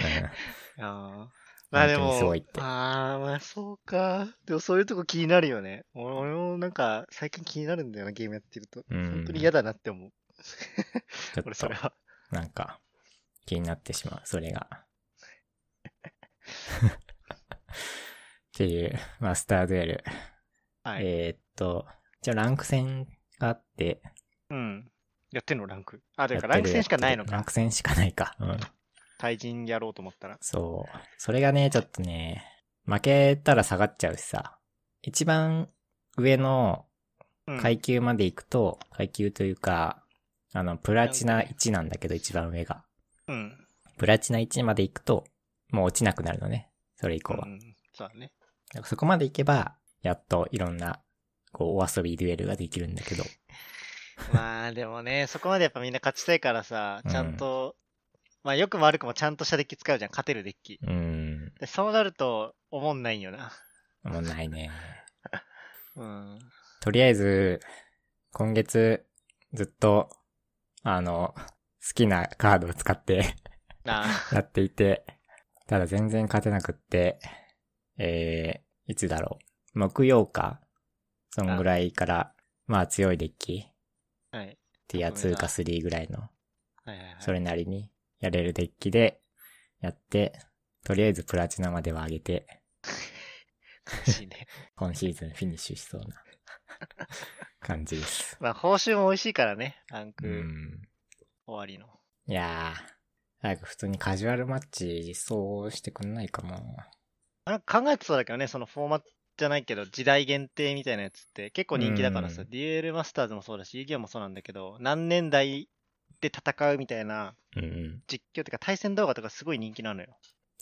[SPEAKER 1] ん
[SPEAKER 2] ああ。まあで
[SPEAKER 1] 本当にすご
[SPEAKER 2] も
[SPEAKER 1] いって、
[SPEAKER 2] ああ、まあそうか。でもそういうとこ気になるよね。俺俺もなんか最近気になるんだよな、ゲームやってると。
[SPEAKER 1] うん
[SPEAKER 2] 本当に嫌だなって思う。
[SPEAKER 1] ちょ
[SPEAKER 2] [LAUGHS] 俺
[SPEAKER 1] っ
[SPEAKER 2] そ
[SPEAKER 1] と
[SPEAKER 2] れ、は。
[SPEAKER 1] なんか、気になってしまう、それが。っていう、マスターデュエル。
[SPEAKER 2] はい。
[SPEAKER 1] えーっと、じゃあランク戦があって、
[SPEAKER 2] うん。やってんの、ランク。あ、だから
[SPEAKER 1] や
[SPEAKER 2] ラ
[SPEAKER 1] って
[SPEAKER 2] ンク
[SPEAKER 1] る
[SPEAKER 2] 戦しかないの
[SPEAKER 1] ラン
[SPEAKER 2] か。
[SPEAKER 1] ク戦しかないか。うん。
[SPEAKER 2] 対人やろうと思ったら。
[SPEAKER 1] そう。それがね、ちょっとね、負けたら下がっちゃうしさ。一番上の
[SPEAKER 2] うん。
[SPEAKER 1] 階級まで行くと、階級というか、あの、プラチナ1なんだけど、一番上が。
[SPEAKER 2] うん。
[SPEAKER 1] プラチナ1まで行くと、もう落ちなくなるのね。それ以降は
[SPEAKER 2] う。ん。そうだ
[SPEAKER 1] [LAUGHS]
[SPEAKER 2] ね。
[SPEAKER 1] なんかそこまで行けば、やっといろんな、こう、お遊びデュエルができるんだけど。
[SPEAKER 2] まあでもね、そこまでやっぱみんな勝ちたいからさ、ちゃんと、まあよくも悪くもちゃんとしたデッキ使うじゃん、勝てるデッキ。
[SPEAKER 1] うーん。
[SPEAKER 2] でそうなると、思んないんよな。
[SPEAKER 1] もうないね。 [LAUGHS]
[SPEAKER 2] うん。
[SPEAKER 1] とりあえず、今月、ずっと、あの、好きなカードを使って [LAUGHS]
[SPEAKER 2] なあ。
[SPEAKER 1] やっていて、ただ全然勝てなくって、えー、いつだろう。木曜かそんぐらいから、まあ強いデッキ、
[SPEAKER 2] はい。
[SPEAKER 1] ティア2か3ぐらいの、
[SPEAKER 2] はいはいはい。
[SPEAKER 1] それなりにやれるデッキでやって、とりあえずプラチナまでは上げて、
[SPEAKER 2] 悲しいね。 [LAUGHS]
[SPEAKER 1] 今シーズンフィニッシュし [LAUGHS] そうな感じです。
[SPEAKER 2] まあ、報酬も美味しいからね、ラン
[SPEAKER 1] う
[SPEAKER 2] ク
[SPEAKER 1] ん。
[SPEAKER 2] 終わりの。
[SPEAKER 1] いやー、早く普通にカジュアルマッチ実装してくんないかな。
[SPEAKER 2] なんか考えてそうだけどね、そのフォーマットじゃないけど、時代限定みたいなやつって結構人気だからさ、
[SPEAKER 1] うん
[SPEAKER 2] DL マスターズもそうだし、遊戯王もそうなんだけど、何年代で戦うみたいな
[SPEAKER 1] うんうん。
[SPEAKER 2] 実況とか対戦動画とかすごい人気なのよ。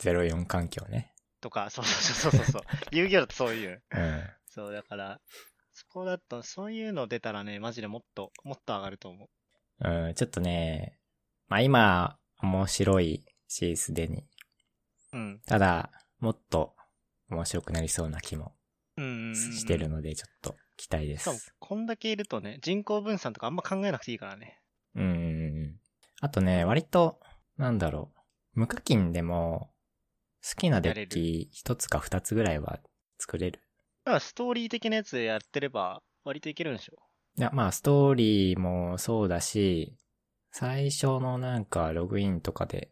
[SPEAKER 1] 04環境ね。
[SPEAKER 2] とか、そうそうそうそ
[SPEAKER 1] [LAUGHS]
[SPEAKER 2] うそう。遊戯王だとそういう。
[SPEAKER 1] うん。
[SPEAKER 2] そう、だから、そこだと、そういうの出たらね、マジでもっと、もっと上がると思う。
[SPEAKER 1] うん、ちょっとね、まあ今、面白いし、すでに。
[SPEAKER 2] うん。
[SPEAKER 1] ただ、もっと面白くなりそうな気も
[SPEAKER 2] うんうん、うん。
[SPEAKER 1] してるので、ちょっと期待で
[SPEAKER 2] しかも
[SPEAKER 1] す。、
[SPEAKER 2] こんだけいるとね、人口分散とかあんま考えなくていいからね。
[SPEAKER 1] うんうんうん。あとね、割と、なんだろう。無課金でも、好きなデッキ一つか二つぐらいは作れる。
[SPEAKER 2] だからストーリー的なやつでやってれば、割といけるんでしょ
[SPEAKER 1] いや、まあ、ストーリーもそうだし、最初のなんかログインとかで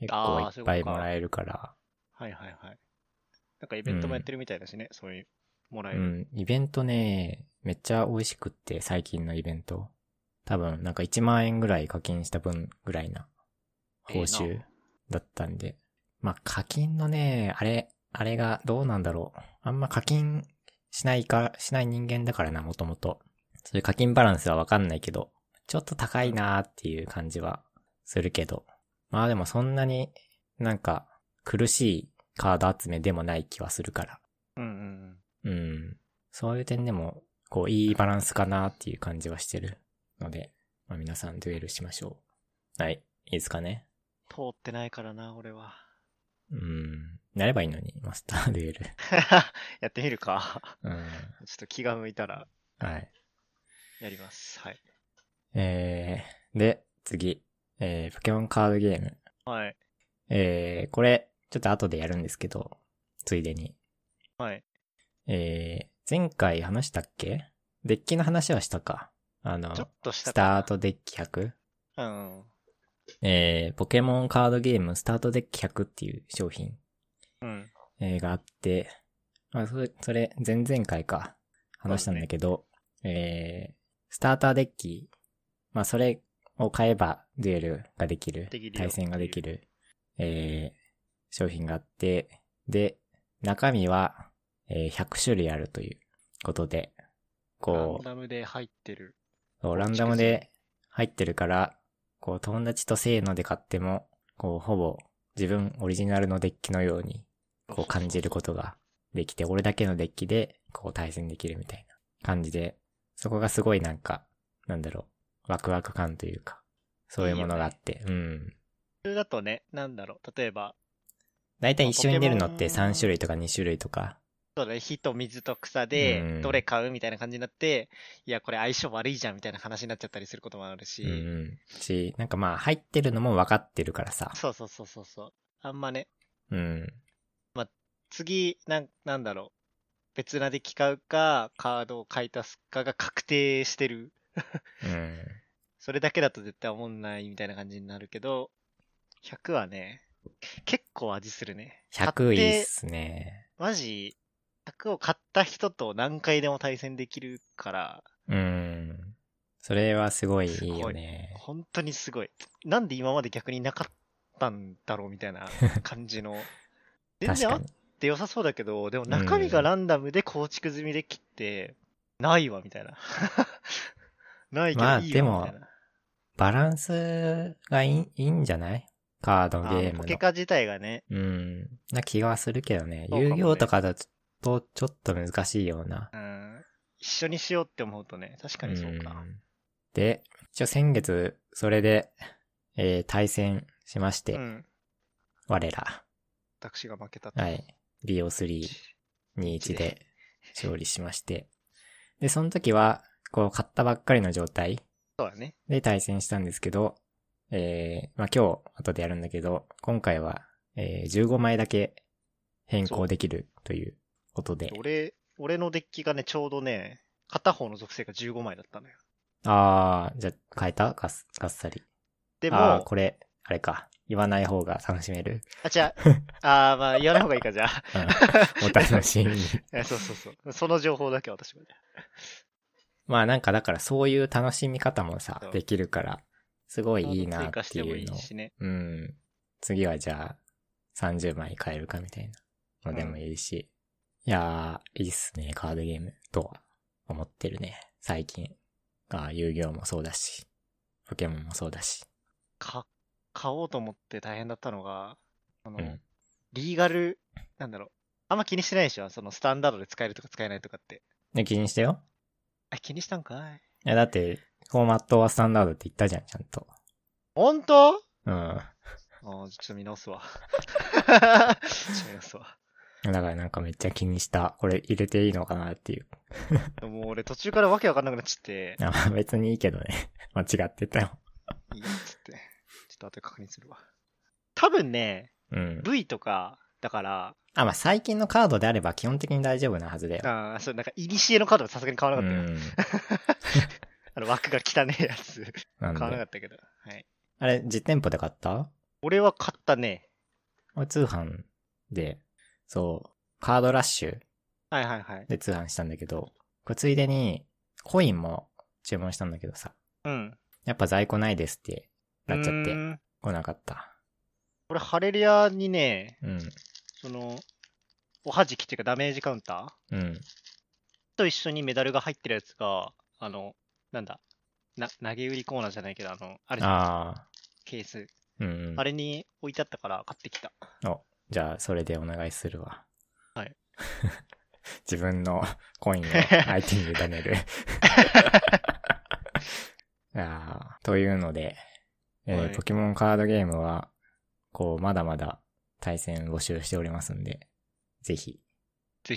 [SPEAKER 1] 結構
[SPEAKER 2] あー
[SPEAKER 1] いっぱ
[SPEAKER 2] そうい
[SPEAKER 1] いう
[SPEAKER 2] こと
[SPEAKER 1] も
[SPEAKER 2] から
[SPEAKER 1] えるから、
[SPEAKER 2] はいはいはい。なんかイベントもやってるみたいだしね、そういう、もらえ
[SPEAKER 1] う
[SPEAKER 2] る。
[SPEAKER 1] ん、イベントね、めっちゃ美味しくって、最近のイベント。多分、なんか1万円ぐらい課金した分ぐらいな、
[SPEAKER 2] ええ
[SPEAKER 1] 報
[SPEAKER 2] な
[SPEAKER 1] 酬だったんで。まあ、課金のね、あれ、あれがどうなんだろう。あんま課金しないか、しない人間だからな、もともと。そういう課金バランスはわかんないけど、ちょっと高いなーっていう感じはするけど。まあでもそんなになんか苦しいカード集めでもない気はするから。
[SPEAKER 2] うんうんうん。
[SPEAKER 1] うん。そういう点でも、こう、いいバランスかなっていう感じはしてるので、まあ、皆さんデュエルしましょう。はい。いいですかね。
[SPEAKER 2] 通ってないからな、俺は。 [LAUGHS]
[SPEAKER 1] うん。なればいいのに、マスターデュエル。
[SPEAKER 2] やってみるか。 [LAUGHS]
[SPEAKER 1] うん。
[SPEAKER 2] ちょっと気が向いたら
[SPEAKER 1] はい。
[SPEAKER 2] やります。はい。
[SPEAKER 1] えー、で、次。えー、ポケモンカードゲーム。
[SPEAKER 2] はい。
[SPEAKER 1] えー、これ、ちょっと後でやるんですけど、ついでに。
[SPEAKER 2] はい。
[SPEAKER 1] えー、前回話したっけデッキの話はしたか。あの
[SPEAKER 2] ちょ、っとした
[SPEAKER 1] ス
[SPEAKER 2] か
[SPEAKER 1] タ
[SPEAKER 2] な
[SPEAKER 1] ートデッキ 100?
[SPEAKER 2] うんうん。
[SPEAKER 1] えー、ポケモンカードゲームスタートデッキ100っていう商品、
[SPEAKER 2] うん。
[SPEAKER 1] えーがあって、あそれ、それ、前々回か、話したんだけど、えー、スターターデッキ、まあ、それを買えば、デュエルができる
[SPEAKER 2] できる、よ
[SPEAKER 1] 対戦ができる、えー、商品があって、で、中身は、えー100種類あるということで、こう、
[SPEAKER 2] ランダムで入ってる。
[SPEAKER 1] そうランダムで入ってるから、こう友達とせーので買っても、こうほぼ自分オリジナルのデッキのように、こう感じることができて、俺だけのデッキで、こう対戦できるみたいな感じで、そこがすごいなんか、なんだろう、ワクワク感というか、そういうものがあって、うん。
[SPEAKER 2] それだとね、なんだろう、例えば、
[SPEAKER 1] 大体一緒に出るのって
[SPEAKER 2] ポケモン
[SPEAKER 1] 3種類とか2種類とか、
[SPEAKER 2] そうだね、火と水と草
[SPEAKER 1] う
[SPEAKER 2] で
[SPEAKER 1] ん、
[SPEAKER 2] どれ買うみたいな感じになって、いや、これ相性悪いじゃんみたいな話になっちゃったりすることもあるし、
[SPEAKER 1] うんうん。し、なんかまあ入ってるのも分かってるからさ、
[SPEAKER 2] そうそうそうそうそう。あんまね、
[SPEAKER 1] うん。
[SPEAKER 2] 次、なん、なんだろう。別なで機買うか、カードを買い足すかが確定してる。
[SPEAKER 1] うん。
[SPEAKER 2] それだけだと絶対思んないみたいな感じになるけど、100はね、結構味するね。
[SPEAKER 1] 100いい
[SPEAKER 2] 買て
[SPEAKER 1] っすね。
[SPEAKER 2] マジ、100を買った人と何回でも対戦できるから、
[SPEAKER 1] うん。それはすごいいいよね。
[SPEAKER 2] 本当にすごい。なんで今まで逆になかったんだろうみた
[SPEAKER 1] [LAUGHS]
[SPEAKER 2] いな感じの。全
[SPEAKER 1] 確
[SPEAKER 2] 然あ
[SPEAKER 1] か
[SPEAKER 2] っ
[SPEAKER 1] に。
[SPEAKER 2] て良さそうだけど、でも中身が
[SPEAKER 1] うん
[SPEAKER 2] ランダムで構築済みで切って、ないわみたいな。 [LAUGHS] ないけど
[SPEAKER 1] まあ
[SPEAKER 2] いいわみたいな。
[SPEAKER 1] バランスがいいいいんじゃないカード
[SPEAKER 2] あ
[SPEAKER 1] ゲー
[SPEAKER 2] ポ
[SPEAKER 1] ム
[SPEAKER 2] ケ
[SPEAKER 1] の。
[SPEAKER 2] カ自体がね、
[SPEAKER 1] うん。な気はするけどね。
[SPEAKER 2] そうかもね
[SPEAKER 1] 遊戯王とかだとちょっと難しいような。
[SPEAKER 2] うん、一緒にしようって思うとね、確かにそうか。
[SPEAKER 1] んで、一応先月、それで、えー対戦しまして、
[SPEAKER 2] うん。
[SPEAKER 1] 我ら。
[SPEAKER 2] 私が負けたと。
[SPEAKER 1] はい。BO3、2-1で勝利しまして。で、その時は、こう、買ったばっかりの状態。
[SPEAKER 2] そうだね。
[SPEAKER 1] で対戦したんですけど、えー、まあ今日後でやるんだけど、今回は、えー、15枚だけ変更できるということで。
[SPEAKER 2] 俺、俺のデッキがね、ちょうどね、片方の属性が15枚だったのよ。
[SPEAKER 1] あー、じゃあ変えたかっかっさり。
[SPEAKER 2] でも、
[SPEAKER 1] あー、
[SPEAKER 2] あ
[SPEAKER 1] これ、あれか。言わない方が楽しめる。
[SPEAKER 2] じゃ
[SPEAKER 1] [LAUGHS]
[SPEAKER 2] あ、あーまあ言わない方がいいか、じゃあ。
[SPEAKER 1] うん、お楽しみに。
[SPEAKER 2] え [LAUGHS] そうそうそう。その情報だけは私はね。
[SPEAKER 1] まあなんかだからそういう楽しみ方もさ
[SPEAKER 2] そ、う
[SPEAKER 1] できるから、すごいいいな
[SPEAKER 2] 追加
[SPEAKER 1] っ
[SPEAKER 2] しててもい
[SPEAKER 1] いう
[SPEAKER 2] い
[SPEAKER 1] のを。
[SPEAKER 2] しね。
[SPEAKER 1] うん。次はじゃあ、30枚買えるかみたいなのでもいいし。いやー、いいっすね、カードゲーム、とは思ってるね。最近。あー遊戯王もそうだし、ポケモンもそうだし。
[SPEAKER 2] か、買おうと思って大変だったのが、あの、
[SPEAKER 1] うん
[SPEAKER 2] リーガル、なんだろう。あんま気にしてないでしょそのスタンダードで使えるとか使えないとかって。
[SPEAKER 1] で、気にしてよ。
[SPEAKER 2] あ、気にしたんかい
[SPEAKER 1] いや、だって、フォーマットはスタンダードって言ったじゃん、ちゃんと。
[SPEAKER 2] 本当
[SPEAKER 1] う
[SPEAKER 2] あーちょっと見直すわ。 [LAUGHS] ちょっと見直すわ。
[SPEAKER 1] ん。だからなんかめっちゃ気にした。これ入れていいのかなっていう。 [LAUGHS]
[SPEAKER 2] でも俺途中からわけわかんなくなっちゃって、
[SPEAKER 1] あまあ別にいいけどね。 [LAUGHS] 間違ってたよ。
[SPEAKER 2] いいやっつって。ちょっと後で確認するわ。多分ね、
[SPEAKER 1] うん。
[SPEAKER 2] V とか、だから、
[SPEAKER 1] あ、まあ最近のカードであれば基本的に大丈夫なはずだよ。
[SPEAKER 2] あーそう、なんか、イニシエのカードはさすがに買わ
[SPEAKER 1] う
[SPEAKER 2] なかったよ。
[SPEAKER 1] ん。
[SPEAKER 2] あの、枠が汚いやつ。
[SPEAKER 1] なん
[SPEAKER 2] [LAUGHS] 買わなか
[SPEAKER 1] で。
[SPEAKER 2] ったけど。はい。
[SPEAKER 1] あれ、実店舗で買った
[SPEAKER 2] 俺は買ったね。
[SPEAKER 1] 俺通販で、そう、カードラッシュ
[SPEAKER 2] はいはいはい。
[SPEAKER 1] で通販したんだけど、これついでに、コインも注文したんだけどさ、
[SPEAKER 2] うん。
[SPEAKER 1] やっぱ在庫ないですってなっちゃっ
[SPEAKER 2] う
[SPEAKER 1] て、
[SPEAKER 2] ーん。
[SPEAKER 1] 来なかった。
[SPEAKER 2] 俺、ハレリアにね、
[SPEAKER 1] うん、
[SPEAKER 2] その、おはじきっていうかダメージカウンター
[SPEAKER 1] うん。
[SPEAKER 2] と一緒にメダルが入ってるやつが、あの、なんだ、な、投げ売りコーナーじゃないけど、あの、あれじゃん
[SPEAKER 1] あ
[SPEAKER 2] ケース。
[SPEAKER 1] ー、うん
[SPEAKER 2] あ。れに置いてあったから買ってきた。
[SPEAKER 1] じゃあ、それでお願いするわ。
[SPEAKER 2] はい。
[SPEAKER 1] [LAUGHS] 自分のコイ
[SPEAKER 2] [LAUGHS]
[SPEAKER 1] ンを相手に委ねる。あーというので、えー
[SPEAKER 2] はい
[SPEAKER 1] ポケモンカードゲームは、こう、まだまだ対戦募集しておりますんで、ぜひ、
[SPEAKER 2] ぜ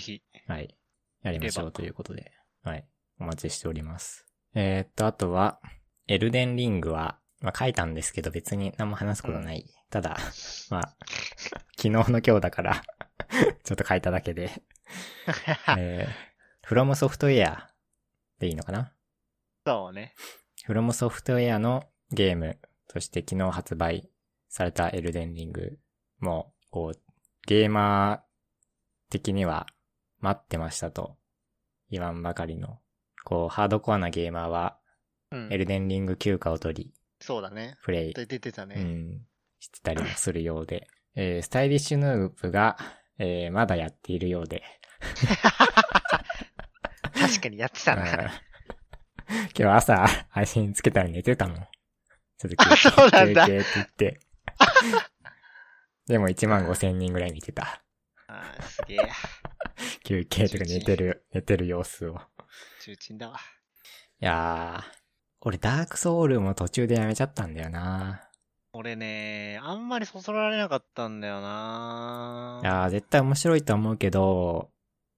[SPEAKER 1] [LAUGHS]
[SPEAKER 2] ひ。
[SPEAKER 1] はい、やりましょ
[SPEAKER 2] いうれば
[SPEAKER 1] ということで、はい、お待ちしております。えーっと、あとは、エルデンリングは、まあ、書いたんですけど別に何も話すことない。ただ、まあ、昨日の今日だから、 [LAUGHS] ちょっと書いただけで。えー、from ソフトウェアでいいのかな
[SPEAKER 2] [LAUGHS] そうね。
[SPEAKER 1] ?from ソフトウェアのゲームとして昨日発売されたエルデンリングも、こう、ゲーマー的には、待ってましたと言わんばかりの、こう、ハードコアなゲーマーは、
[SPEAKER 2] うん
[SPEAKER 1] エルデンリング休暇を取り、
[SPEAKER 2] そうだね。
[SPEAKER 1] プレイ、
[SPEAKER 2] で出てた
[SPEAKER 1] う
[SPEAKER 2] ね。
[SPEAKER 1] ん、してたりもするようで、えースタイリッシュヌープが、えーまだやっているようで、
[SPEAKER 2] 確かにやってたな。
[SPEAKER 1] うん今日朝、配信つけたら寝てたもん。ちょっと休
[SPEAKER 2] あそうなんだ
[SPEAKER 1] 休憩って言って。でも1万5千人ぐらい見てた。
[SPEAKER 2] あーすげえ。
[SPEAKER 1] 休憩とか寝てる、寝てる様子を。
[SPEAKER 2] 重鎮だわ。
[SPEAKER 1] いやー、俺ダークソウルも途中でやめちゃったんだよな
[SPEAKER 2] 俺ね、あんまりそそられなかったんだよない
[SPEAKER 1] やー、絶対面白いと思うけど、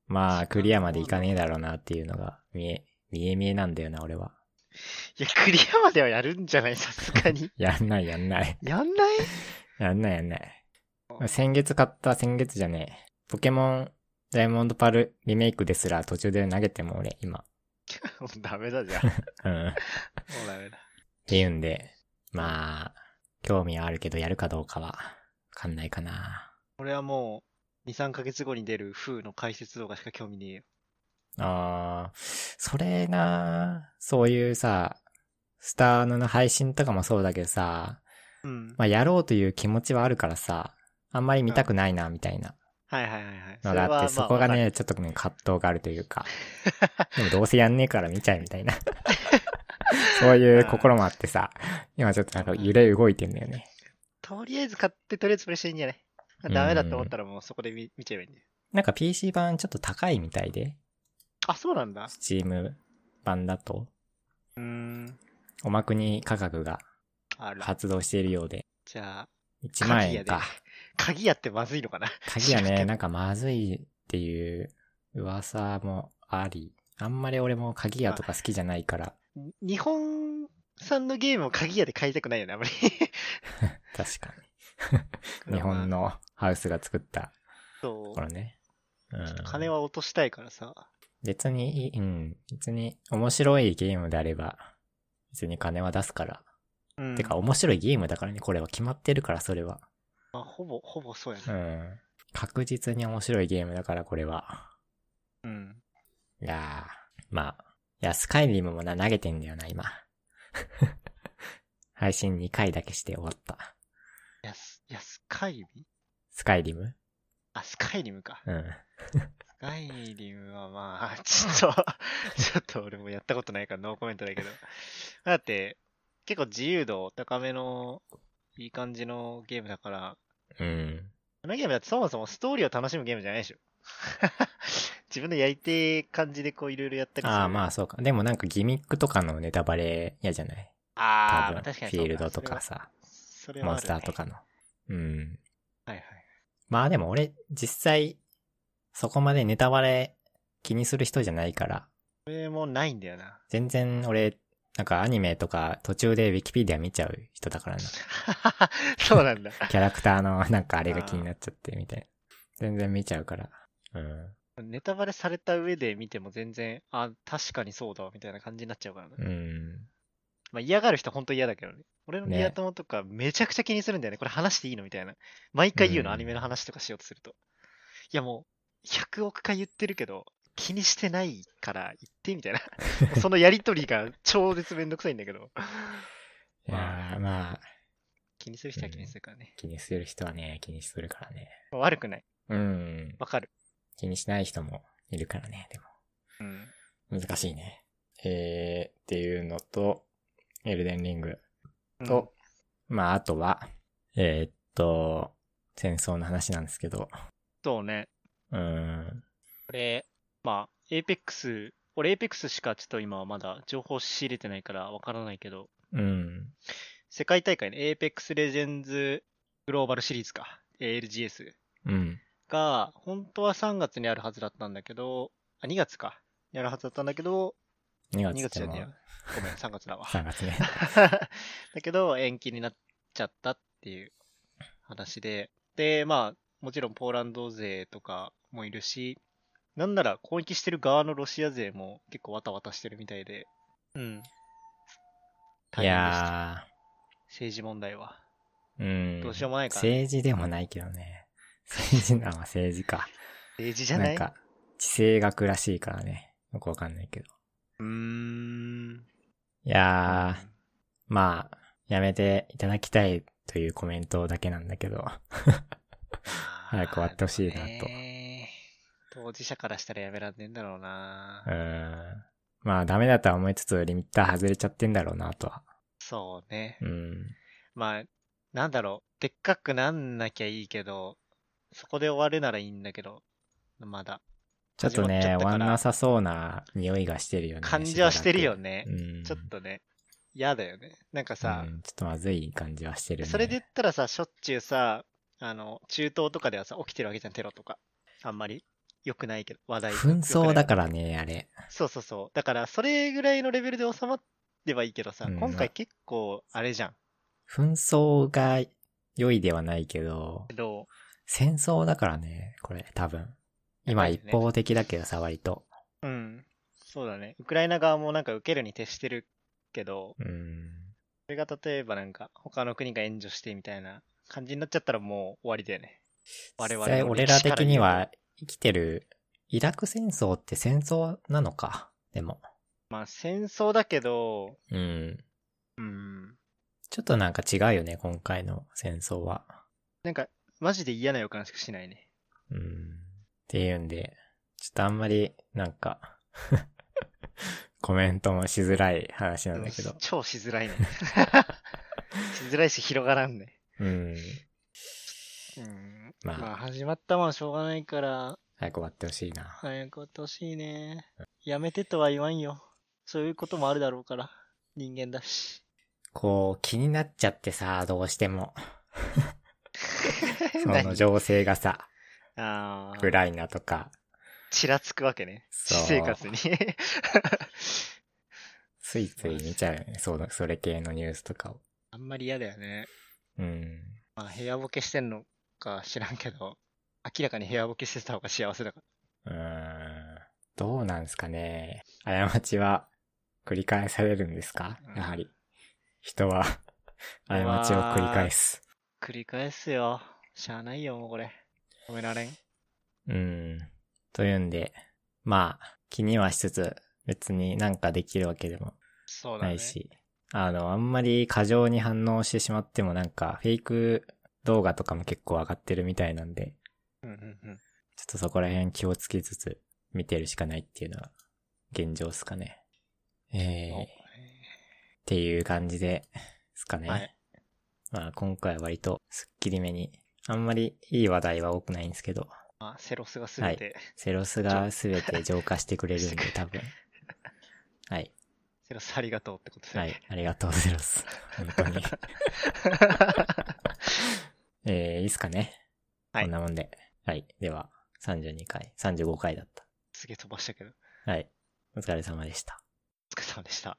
[SPEAKER 1] まあ、クリアまでいかねえだろうなっていうのが見え、見え見えなんだよな、俺は。
[SPEAKER 2] いや、クリアまではやるんじゃないさす
[SPEAKER 1] [LAUGHS]
[SPEAKER 2] がに。
[SPEAKER 1] やんない、やんない。
[SPEAKER 2] やんない
[SPEAKER 1] やんないやんない。先月買った、先月じゃねえ。ポケモン、ダイヤモンドパルリメイクですら途中で投げても俺、今。
[SPEAKER 2] もうダメ
[SPEAKER 1] [LAUGHS]
[SPEAKER 2] だじゃん。もう
[SPEAKER 1] うん。っ
[SPEAKER 2] ダメだ。
[SPEAKER 1] ていうんで、まあ、興味はあるけどやるかどうかは、わかんないかな。
[SPEAKER 2] 俺はもう、2、3ヶ月後に出る風の解説動画しか興味ねえよ。
[SPEAKER 1] あー、それなそういうさ、スターの配信とかもそうだけどさ、
[SPEAKER 2] うん。
[SPEAKER 1] まあやろうという気持ちはあるからさ、あんまり見たくないな、みたいな
[SPEAKER 2] はいはいはいはい。
[SPEAKER 1] のがあって、そこが、ね、ちょっとね、葛藤があるというか、でもどうせやんねえから見ちゃえみたい [LAUGHS] な。そういう心もあってさ、今ちょっとなんか揺れ動いてんだよね。
[SPEAKER 2] [LAUGHS] とりあえず買って、とりあえずプレシャいいんじゃないダメだって思ったらもうそこで見見ちゃえばいいんだよ。
[SPEAKER 1] なんか PC 版ちょっと高いみたいで、
[SPEAKER 2] あ、そうなんだ。
[SPEAKER 1] Steam 版だと、
[SPEAKER 2] うーん。
[SPEAKER 1] おまくに価格が
[SPEAKER 2] あら。
[SPEAKER 1] 発動しているようで、
[SPEAKER 2] じゃあ、
[SPEAKER 1] 1万円か。
[SPEAKER 2] 鍵やってまずいのかな。 [LAUGHS]
[SPEAKER 1] 鍵は [LAUGHS] ね、
[SPEAKER 2] な。
[SPEAKER 1] なんかまずいっていう噂もあり、あんまり俺も鍵屋とか好きじゃないから、
[SPEAKER 2] 日本産のゲームを鍵屋で買いたくないよね、あんまり。
[SPEAKER 1] 確かに。 [LAUGHS] 日本。のハウスが作った
[SPEAKER 2] そ
[SPEAKER 1] とこ
[SPEAKER 2] う。
[SPEAKER 1] ろね。うん
[SPEAKER 2] ちょっと金は落としたいからさ。
[SPEAKER 1] 別にいい、うん。別に面白いゲームであれば、別に金は出すから。
[SPEAKER 2] うん。
[SPEAKER 1] てか面白いゲームだからね、これは決まってるから、それは。
[SPEAKER 2] まあ、ほぼ、ほぼそうや
[SPEAKER 1] う
[SPEAKER 2] ね。
[SPEAKER 1] ん。確実に面白いゲームだから、これは。
[SPEAKER 2] うん。
[SPEAKER 1] いやー、まあ。いや、スカイリムもな、投げてんだよな、今。 [LAUGHS] 配信2回だけして終わった。
[SPEAKER 2] やす、やすかいび
[SPEAKER 1] スカイリム
[SPEAKER 2] あ、スカイリムか。
[SPEAKER 1] うん。
[SPEAKER 2] スカイリムはまあ、 [LAUGHS] ちょっと、ちょっと俺もやったことないからノーコメントだけど。だって、結構自由度高めの、いい感じのゲームだから、
[SPEAKER 1] うん。
[SPEAKER 2] あのゲームだってそもそもストーリーを楽しむゲームじゃないでしょ。 [LAUGHS] 自分のやりてえ感じでこういろいろやったりする。
[SPEAKER 1] ああ、まあそうか。でもなんかギミックとかのネタバレ嫌じゃない
[SPEAKER 2] あ
[SPEAKER 1] 多
[SPEAKER 2] ーま
[SPEAKER 1] 分
[SPEAKER 2] あ、確かに
[SPEAKER 1] フィ
[SPEAKER 2] そうか
[SPEAKER 1] ールドとか。さ、
[SPEAKER 2] それは
[SPEAKER 1] モンスターと。
[SPEAKER 2] それはあるね
[SPEAKER 1] かの。うん。
[SPEAKER 2] はいはい。
[SPEAKER 1] まあでも俺、実際、そこまでネタバレ気にする人じゃないから、
[SPEAKER 2] それもないんだよな。 [LAUGHS]
[SPEAKER 1] 全然俺、なんかアニメとか途中でウィキペディア見ちゃう人だから
[SPEAKER 2] [LAUGHS]
[SPEAKER 1] な。
[SPEAKER 2] そうなんだ。
[SPEAKER 1] [LAUGHS] キャラクターのなんかあれが気になっちゃってみたいな。全然見ちゃうから。うん。
[SPEAKER 2] ネタバレされた上で見ても全然、あ、確かにそうだわ、みたいな感じになっちゃうからな。
[SPEAKER 1] うん。
[SPEAKER 2] まあ嫌がる人ほんと嫌だけどね。俺の
[SPEAKER 1] ね
[SPEAKER 2] リア友とかめちゃくちゃ気にするんだよね。これ話していいのみたいな。毎回言うの、
[SPEAKER 1] うん
[SPEAKER 2] アニメの話とかしようとすると。いやもう、100億回言ってるけど、気にしてないから言って、みた
[SPEAKER 1] [LAUGHS]
[SPEAKER 2] いな。そのやりとりが超絶めんどくさいんだけど。
[SPEAKER 1] いやーまあ、
[SPEAKER 2] 気にする人は気にするからね。
[SPEAKER 1] 気にする人はね、気にするからね。
[SPEAKER 2] まあ悪くない。
[SPEAKER 1] うん。
[SPEAKER 2] わかる。
[SPEAKER 1] 気にしない人もいるからね、でも。
[SPEAKER 2] うん。
[SPEAKER 1] 難しいね。えー、っていうのと、エルデンリング。
[SPEAKER 2] うん
[SPEAKER 1] と、まあ、あとは、えーっと、戦争の話なんですけど、
[SPEAKER 2] そうね。
[SPEAKER 1] うーん、
[SPEAKER 2] これ、まあ、エイペックス、俺エイペックスしかちょっと今はまだ情報仕入れてないからわからないけど、
[SPEAKER 1] うん、
[SPEAKER 2] 世界大会の Apex Legends グローバルシリーズか、ALGS
[SPEAKER 1] うん、
[SPEAKER 2] が、本当は3月にあるはずだったんだけど、あ、2月か、にあるはずだったんだけど、
[SPEAKER 1] 2
[SPEAKER 2] 2
[SPEAKER 1] 月で
[SPEAKER 2] 月じゃ
[SPEAKER 1] も
[SPEAKER 2] ねえや。ごめん、3月だわ。
[SPEAKER 1] 3月ね。
[SPEAKER 2] [LAUGHS] だけど、延期になっちゃったっていう話で、で、まあ、もちろんポーランド勢とかもいるし、なんなら攻撃してる側のロシア勢も結構わたわたしてるみたいで、うん。
[SPEAKER 1] い
[SPEAKER 2] ー
[SPEAKER 1] や
[SPEAKER 2] 政治問題は。
[SPEAKER 1] ー、うん。
[SPEAKER 2] どうしようもないからね
[SPEAKER 1] 政治でもないけどね。政治なのは政治か。
[SPEAKER 2] 政治じゃ
[SPEAKER 1] な
[SPEAKER 2] ない
[SPEAKER 1] んか、地政学らしいからね。よくわかんないけど。
[SPEAKER 2] うーん。
[SPEAKER 1] いやー、まあ、やめていただきたいというコメントだけなんだけど。
[SPEAKER 2] 早
[SPEAKER 1] く終わってほしいなと
[SPEAKER 2] 当事者からしたらやめらんねえんだろうな
[SPEAKER 1] う。ーん。まあ、ダメだとは思いつつ、リミッター外れちゃってんだろうなとは。
[SPEAKER 2] そうね。
[SPEAKER 1] うん。
[SPEAKER 2] まあ、なんだろう。でっかくなんなきゃいいけど、そこで終わるならいいんだけど、まだ。
[SPEAKER 1] ちょっとね、
[SPEAKER 2] 始まっちゃ
[SPEAKER 1] 終
[SPEAKER 2] った
[SPEAKER 1] わ
[SPEAKER 2] から
[SPEAKER 1] んなさそうな匂いがしてるよね。
[SPEAKER 2] 感じはしてるよ
[SPEAKER 1] ね。
[SPEAKER 2] ね
[SPEAKER 1] う。ん。
[SPEAKER 2] ちょっとね、嫌だよね。なんかさ、
[SPEAKER 1] うんちょっとまずい感じはしてるね。
[SPEAKER 2] それで言ったらさ、しょっちゅうさ、あの、中東とかではさ、起きてるわけじゃん、テロとか。あんまり良くないけど、話題が。
[SPEAKER 1] 紛争だかららね、あれ。
[SPEAKER 2] そうそうそう。だから、それぐらいのレベルで収まればいいけどさ、
[SPEAKER 1] うん
[SPEAKER 2] 今回結構、あれじゃん。
[SPEAKER 1] 紛争が良いではないけど、
[SPEAKER 2] ど
[SPEAKER 1] 戦争だからね、これ、多分。今
[SPEAKER 2] やばいよ
[SPEAKER 1] 一
[SPEAKER 2] ね
[SPEAKER 1] 方的だけどさ、割と。
[SPEAKER 2] う、うん。そうだね。ウクライナ側もなんか受けるに徹してるけど、
[SPEAKER 1] うん。
[SPEAKER 2] それが例えばなんか、他の国が援助してみたいな感じになっちゃったらもう終わりだよね。我々
[SPEAKER 1] 実際
[SPEAKER 2] の
[SPEAKER 1] 俺
[SPEAKER 2] 歴
[SPEAKER 1] ら
[SPEAKER 2] 史から
[SPEAKER 1] 的
[SPEAKER 2] 見
[SPEAKER 1] に
[SPEAKER 2] ると
[SPEAKER 1] は生きてる、イラク戦争って戦争なのか。でも。
[SPEAKER 2] まあ、戦争だけど、
[SPEAKER 1] うん。
[SPEAKER 2] うん。
[SPEAKER 1] ちょっとなんか違うよね、今回の戦争は。
[SPEAKER 2] なんか、マジで嫌な予感しかしないね。
[SPEAKER 1] うん。っていうんで、ちょっとあんまり、なんか、 [LAUGHS] コメントもしづらい話なんだけ
[SPEAKER 2] う
[SPEAKER 1] ど
[SPEAKER 2] ん。超し
[SPEAKER 1] [LAUGHS]
[SPEAKER 2] づらいね。しづらいし広がらんね。
[SPEAKER 1] うん。
[SPEAKER 2] うん。
[SPEAKER 1] まあ
[SPEAKER 2] まあ、始まったもんはしょうがないから、
[SPEAKER 1] 早く終わってほしいな。
[SPEAKER 2] 早く終わってほしいね。やめてとは言わんよ。そういうこともあるだろうから。人間だし。
[SPEAKER 1] こう、気になっちゃってさ、どうしても。その情勢がさ、
[SPEAKER 2] あ
[SPEAKER 1] ウク
[SPEAKER 2] あ、
[SPEAKER 1] ライナとか、
[SPEAKER 2] ちらつくわけね。私
[SPEAKER 1] そう
[SPEAKER 2] 生活に。 [LAUGHS]
[SPEAKER 1] ついつい見ちゃうよね。そうだ、それ系のニュースとかを。
[SPEAKER 2] あんまり嫌だよね。
[SPEAKER 1] うん。
[SPEAKER 2] まあ、部屋ボケしてんのか知らんけど、明らかに部屋ボケしてた方が幸せだから。
[SPEAKER 1] うーん。どうなんですかね。過ちは繰り返されるんですかやはり。人
[SPEAKER 2] [LAUGHS]
[SPEAKER 1] は過ちを繰り返す。
[SPEAKER 2] 繰り返すよ。しゃあないよ、もうこれ。止められん。
[SPEAKER 1] うん。というんで、まあ、気にはしつつ、別になんかできるわけでも
[SPEAKER 2] そうだね。
[SPEAKER 1] ないし、あの、あんまり過剰に反応してしまってもなんか、フェイク動画とかも結構上がってるみたいなんで、
[SPEAKER 2] うんうんうん。
[SPEAKER 1] ちょっとそこら辺気をつけつつ見てるしかないっていうのは現状ですかね。えー、
[SPEAKER 2] お
[SPEAKER 1] っていう感じで、ですかね。
[SPEAKER 2] はい
[SPEAKER 1] まあ今回は割とスッキリめに、あんまりいい話題は多くないんですけど、
[SPEAKER 2] まあ、セロスがすべて、
[SPEAKER 1] セロスが全て浄化してくれるんで多
[SPEAKER 2] [LAUGHS]
[SPEAKER 1] 分。はい。
[SPEAKER 2] セロスありがとうってことです
[SPEAKER 1] は
[SPEAKER 2] ね。
[SPEAKER 1] い。ありがとう、セロス。本
[SPEAKER 2] [LAUGHS]
[SPEAKER 1] 当に。えー、いいっすかね。
[SPEAKER 2] はい
[SPEAKER 1] こんなもんで。はい。では、32回、35回だっ
[SPEAKER 2] [LAUGHS] すげえ飛ばしたけど、
[SPEAKER 1] た。はい。お疲れ様でした。
[SPEAKER 2] お疲れ様でした。